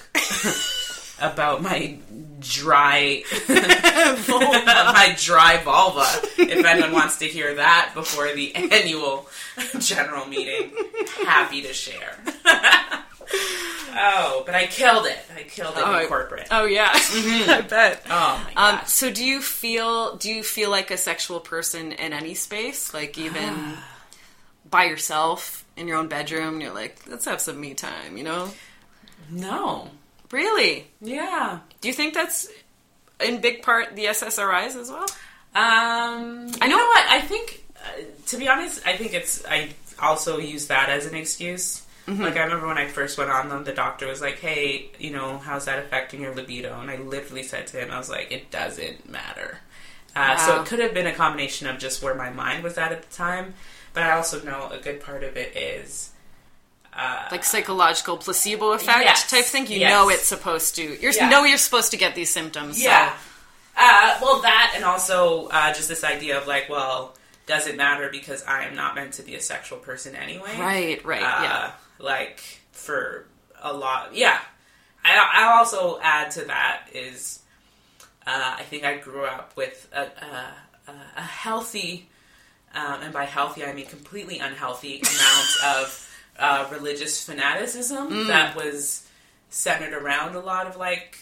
[SPEAKER 2] about my dry my dry vulva if anyone wants to hear that before the annual general meeting happy to share oh but i killed it i killed it
[SPEAKER 1] Oh, I-
[SPEAKER 2] in corporate
[SPEAKER 1] oh yeah i bet
[SPEAKER 2] oh my
[SPEAKER 1] um,
[SPEAKER 2] god
[SPEAKER 1] so do you feel do you feel like a sexual person in any space like even by yourself in your own bedroom you're like let's have some me time you know
[SPEAKER 2] no
[SPEAKER 1] Really?
[SPEAKER 2] yeah
[SPEAKER 1] Do you think that's in big part the SSRIs as well?
[SPEAKER 2] Um, I know what I think. Uh, to be honest, I think it's. I also use that as an excuse. Like I remember when I first went on them, the doctor was like, "Hey, you know, how's that affecting your libido?" And I literally said to him, "I was like, it doesn't matter." Uh, So
[SPEAKER 1] Wow.
[SPEAKER 2] it could have been a combination of just where my mind was at at the time, but I also know a good part of it is
[SPEAKER 1] like psychological placebo effect
[SPEAKER 2] Yes.
[SPEAKER 1] type thing. You
[SPEAKER 2] Yes.
[SPEAKER 1] know it's supposed to. You
[SPEAKER 2] Yeah.
[SPEAKER 1] know you're supposed to get these symptoms. so-
[SPEAKER 2] Yeah. Uh, well, that and also uh, just this idea of like, well, does it matter because I am not meant to be a sexual person anyway?
[SPEAKER 1] Right. Right.
[SPEAKER 2] Uh,
[SPEAKER 1] yeah.
[SPEAKER 2] Like for a lot, yeah. I I also add to that is uh, I think I grew up with a a, a- a healthy, um, and by healthy I mean completely unhealthy amount of uh, religious fanaticism
[SPEAKER 1] Mm.
[SPEAKER 2] that was centered around a lot of like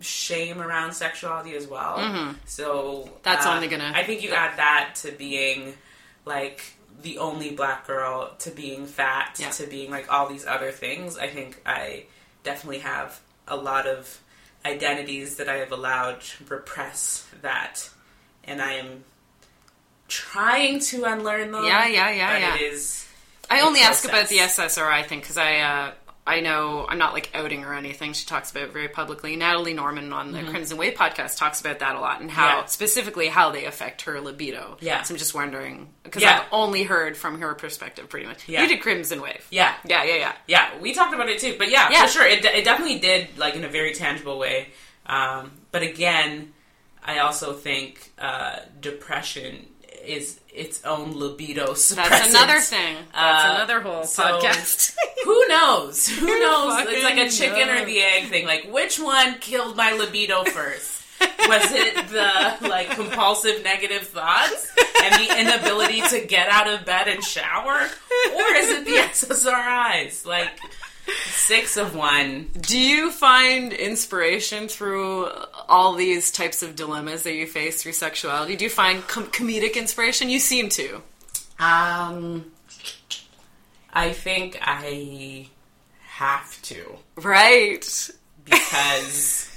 [SPEAKER 2] shame around sexuality as well. So
[SPEAKER 1] Mm-hmm. That's
[SPEAKER 2] uh,
[SPEAKER 1] only gonna-
[SPEAKER 2] I think you add that to being like the only black girl, to being fat,
[SPEAKER 1] Yeah.
[SPEAKER 2] to being like all these other things. I think I definitely have a lot of identities that I have allowed repress that, and I am trying to unlearn them.
[SPEAKER 1] Yeah, yeah, yeah,
[SPEAKER 2] but
[SPEAKER 1] yeah.
[SPEAKER 2] It is.
[SPEAKER 1] I only ask about
[SPEAKER 2] process.
[SPEAKER 1] the SSRI thing because I uh, I know I'm not like outing or anything. She talks about it very publicly. Natalie Norman on the Crimson Wave podcast talks about that a lot and how
[SPEAKER 2] Mm-hmm. Yeah.
[SPEAKER 1] specifically how they affect her libido.
[SPEAKER 2] Yeah.
[SPEAKER 1] So I'm just wondering because
[SPEAKER 2] Yeah.
[SPEAKER 1] I've only heard from her perspective pretty much.
[SPEAKER 2] Yeah.
[SPEAKER 1] You did Crimson Wave.
[SPEAKER 2] Yeah,
[SPEAKER 1] Yeah. Yeah. Yeah.
[SPEAKER 2] yeah, we talked about it too, but yeah,
[SPEAKER 1] Yeah.
[SPEAKER 2] for sure, it, de- it definitely did like in a very tangible way. Um, but again, I also think uh, depression is its own libido
[SPEAKER 1] That's
[SPEAKER 2] suppressant.
[SPEAKER 1] another thing. That's
[SPEAKER 2] Uh,
[SPEAKER 1] another whole
[SPEAKER 2] so-
[SPEAKER 1] podcast.
[SPEAKER 2] Who knows? Who knows?
[SPEAKER 1] fucking
[SPEAKER 2] It's like a chicken or
[SPEAKER 1] knows?
[SPEAKER 2] the egg thing. Like which one killed my libido first? Was it the like compulsive negative thoughts and the inability to get out of bed and shower, or is it the SSRIs? Like six of one.
[SPEAKER 1] Do you find inspiration through all these types of dilemmas that you face through sexuality? Do you find com- comedic inspiration? You seem to.
[SPEAKER 2] Um, I think I have to
[SPEAKER 1] Right.
[SPEAKER 2] because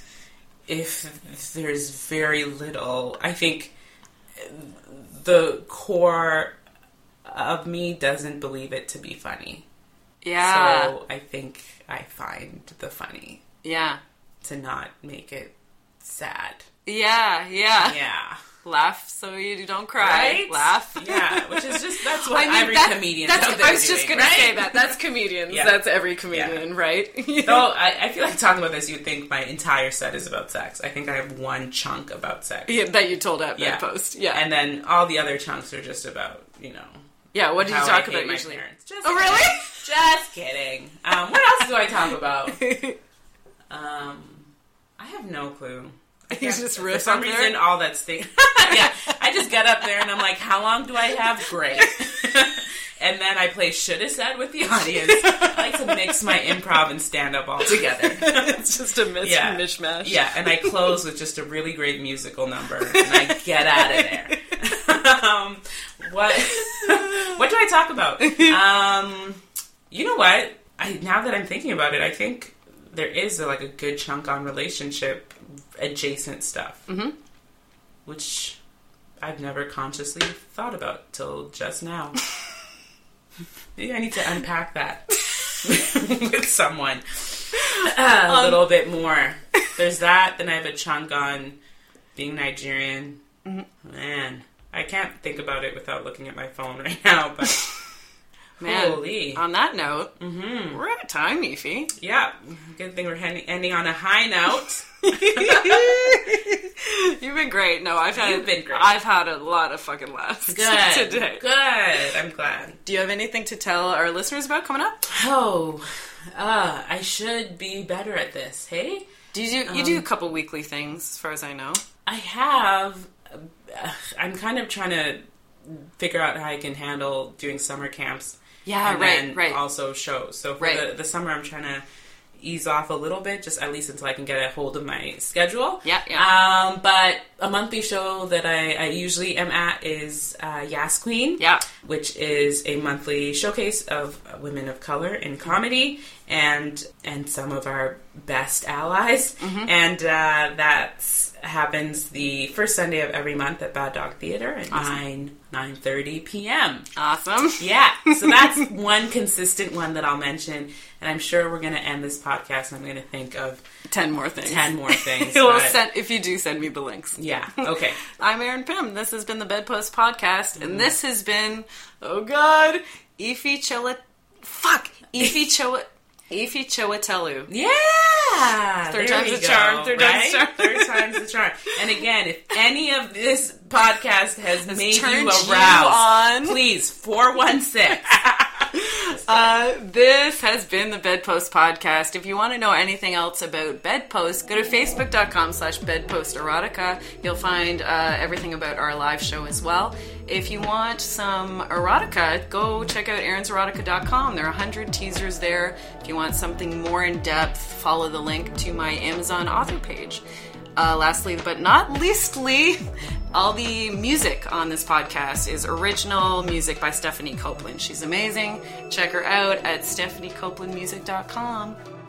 [SPEAKER 2] if there's very little, I think the core of me doesn't believe it to be funny.
[SPEAKER 1] Yeah.
[SPEAKER 2] So I think I find the funny
[SPEAKER 1] yeah.
[SPEAKER 2] to not make it sad.
[SPEAKER 1] Yeah. Yeah.
[SPEAKER 2] Yeah.
[SPEAKER 1] Laugh so you don't cry.
[SPEAKER 2] Right?
[SPEAKER 1] Laugh.
[SPEAKER 2] Yeah, which is just that's what every
[SPEAKER 1] that-
[SPEAKER 2] comedian
[SPEAKER 1] that's-
[SPEAKER 2] out there
[SPEAKER 1] I was just
[SPEAKER 2] doing,
[SPEAKER 1] gonna
[SPEAKER 2] right?
[SPEAKER 1] say that. That's comedians.
[SPEAKER 2] Yeah.
[SPEAKER 1] That's every comedian, right?
[SPEAKER 2] No, I, I feel like talking about this, you'd think my entire set is about sex. I think I have one chunk about sex.
[SPEAKER 1] Yeah, that you told at
[SPEAKER 2] Yeah.
[SPEAKER 1] that post. Yeah.
[SPEAKER 2] And then all the other chunks are just about, you know,
[SPEAKER 1] yeah. What do you
[SPEAKER 2] how
[SPEAKER 1] talk
[SPEAKER 2] I hate
[SPEAKER 1] about
[SPEAKER 2] my
[SPEAKER 1] usually?
[SPEAKER 2] parents. Just
[SPEAKER 1] Oh, really?
[SPEAKER 2] Just kidding. Um, what else do I talk about? Um, I have no clue. I
[SPEAKER 1] You
[SPEAKER 2] can't-
[SPEAKER 1] just
[SPEAKER 2] for
[SPEAKER 1] riff
[SPEAKER 2] some
[SPEAKER 1] up there?
[SPEAKER 2] reason, all that's thing. yeah, I just get up there and I'm like, "How long do I have?" Great. and then I play "Should Have Said" with the audience. I like to mix my improv and stand up all together.
[SPEAKER 1] it's just a mis-
[SPEAKER 2] Yeah.
[SPEAKER 1] mishmash.
[SPEAKER 2] yeah, and I close with just a really great musical number, and I get out of there. um, what? what do I talk about? Um, you know what? I now that I'm thinking about it, I think there is like a good chunk on relationship adjacent stuff, mm-hmm. which I've never consciously thought about till just now. Maybe I need to unpack that with someone a little bit more. There's that. Then I have a chunk on being Nigerian. Man, I can't think about it without looking at my phone right now. But
[SPEAKER 1] Man, Mm-hmm.
[SPEAKER 2] Holy.
[SPEAKER 1] on that note, we're out of time, Efi.
[SPEAKER 2] yeah, good thing we're hen- ending on a high note.
[SPEAKER 1] You've been great. No, I've had
[SPEAKER 2] You've been great.
[SPEAKER 1] I've had a lot of fucking laughs
[SPEAKER 2] Good.
[SPEAKER 1] today.
[SPEAKER 2] Good. I'm glad.
[SPEAKER 1] Do you have anything to tell our listeners about coming up?
[SPEAKER 2] Oh, uh, I should be better at this. Hey,
[SPEAKER 1] Do you do, you do a couple weekly things, as far as I know?
[SPEAKER 2] I have. Uh, I'm kind of trying to figure out how I can handle doing summer camps.
[SPEAKER 1] Yeah,
[SPEAKER 2] and
[SPEAKER 1] right,
[SPEAKER 2] then
[SPEAKER 1] right.
[SPEAKER 2] also shows. So for
[SPEAKER 1] Right.
[SPEAKER 2] the, the summer, I'm trying to ease off a little bit, just at least until I can get a hold of my schedule.
[SPEAKER 1] Yeah, yeah.
[SPEAKER 2] Um, but a monthly show that I, I usually am at is uh, Yas Queen.
[SPEAKER 1] Yeah.
[SPEAKER 2] Which is a monthly showcase of women of color in comedy and and some of our best allies, and uh, that's happens the first Sunday of every month at Bad Dog Theater at nine nine thirty p.m.
[SPEAKER 1] Awesome.
[SPEAKER 2] Yeah, so that's one consistent one that I'll mention, and I'm sure we're going to end this podcast. and I'm going to think of
[SPEAKER 1] Ten more things.
[SPEAKER 2] ten more things.
[SPEAKER 1] well,
[SPEAKER 2] but-
[SPEAKER 1] send, if you do, send me the links.
[SPEAKER 2] yeah. Okay.
[SPEAKER 1] I'm Aaron Pym. This has been the Bedpost Podcast, and this has been, oh God, Ify Chila, fuck, Ify Chila, Ify Chiwetellu.
[SPEAKER 2] Yeah.
[SPEAKER 1] Third
[SPEAKER 2] there
[SPEAKER 1] time's
[SPEAKER 2] we
[SPEAKER 1] the charm, third time's the charm.
[SPEAKER 2] Third time's the charm. And again, if any of this podcast has made
[SPEAKER 1] turned
[SPEAKER 2] you aroused,
[SPEAKER 1] you on.
[SPEAKER 2] please four one six.
[SPEAKER 1] Uh, this has been the Bedpost Podcast. If you want to know anything else about Bedpost, go to facebook.com slash bedpost erotica. You'll find uh, everything about our live show as well. If you want some erotica, go check out aaronserotica.com. There are 100 teasers there. If you want something more in depth, follow the link to my Amazon author page. Uh, lastly, but not leastly, all the music on this podcast is original music by Stephanie Copeland. She's amazing. Check her out at stephaniecopelandmusic.com.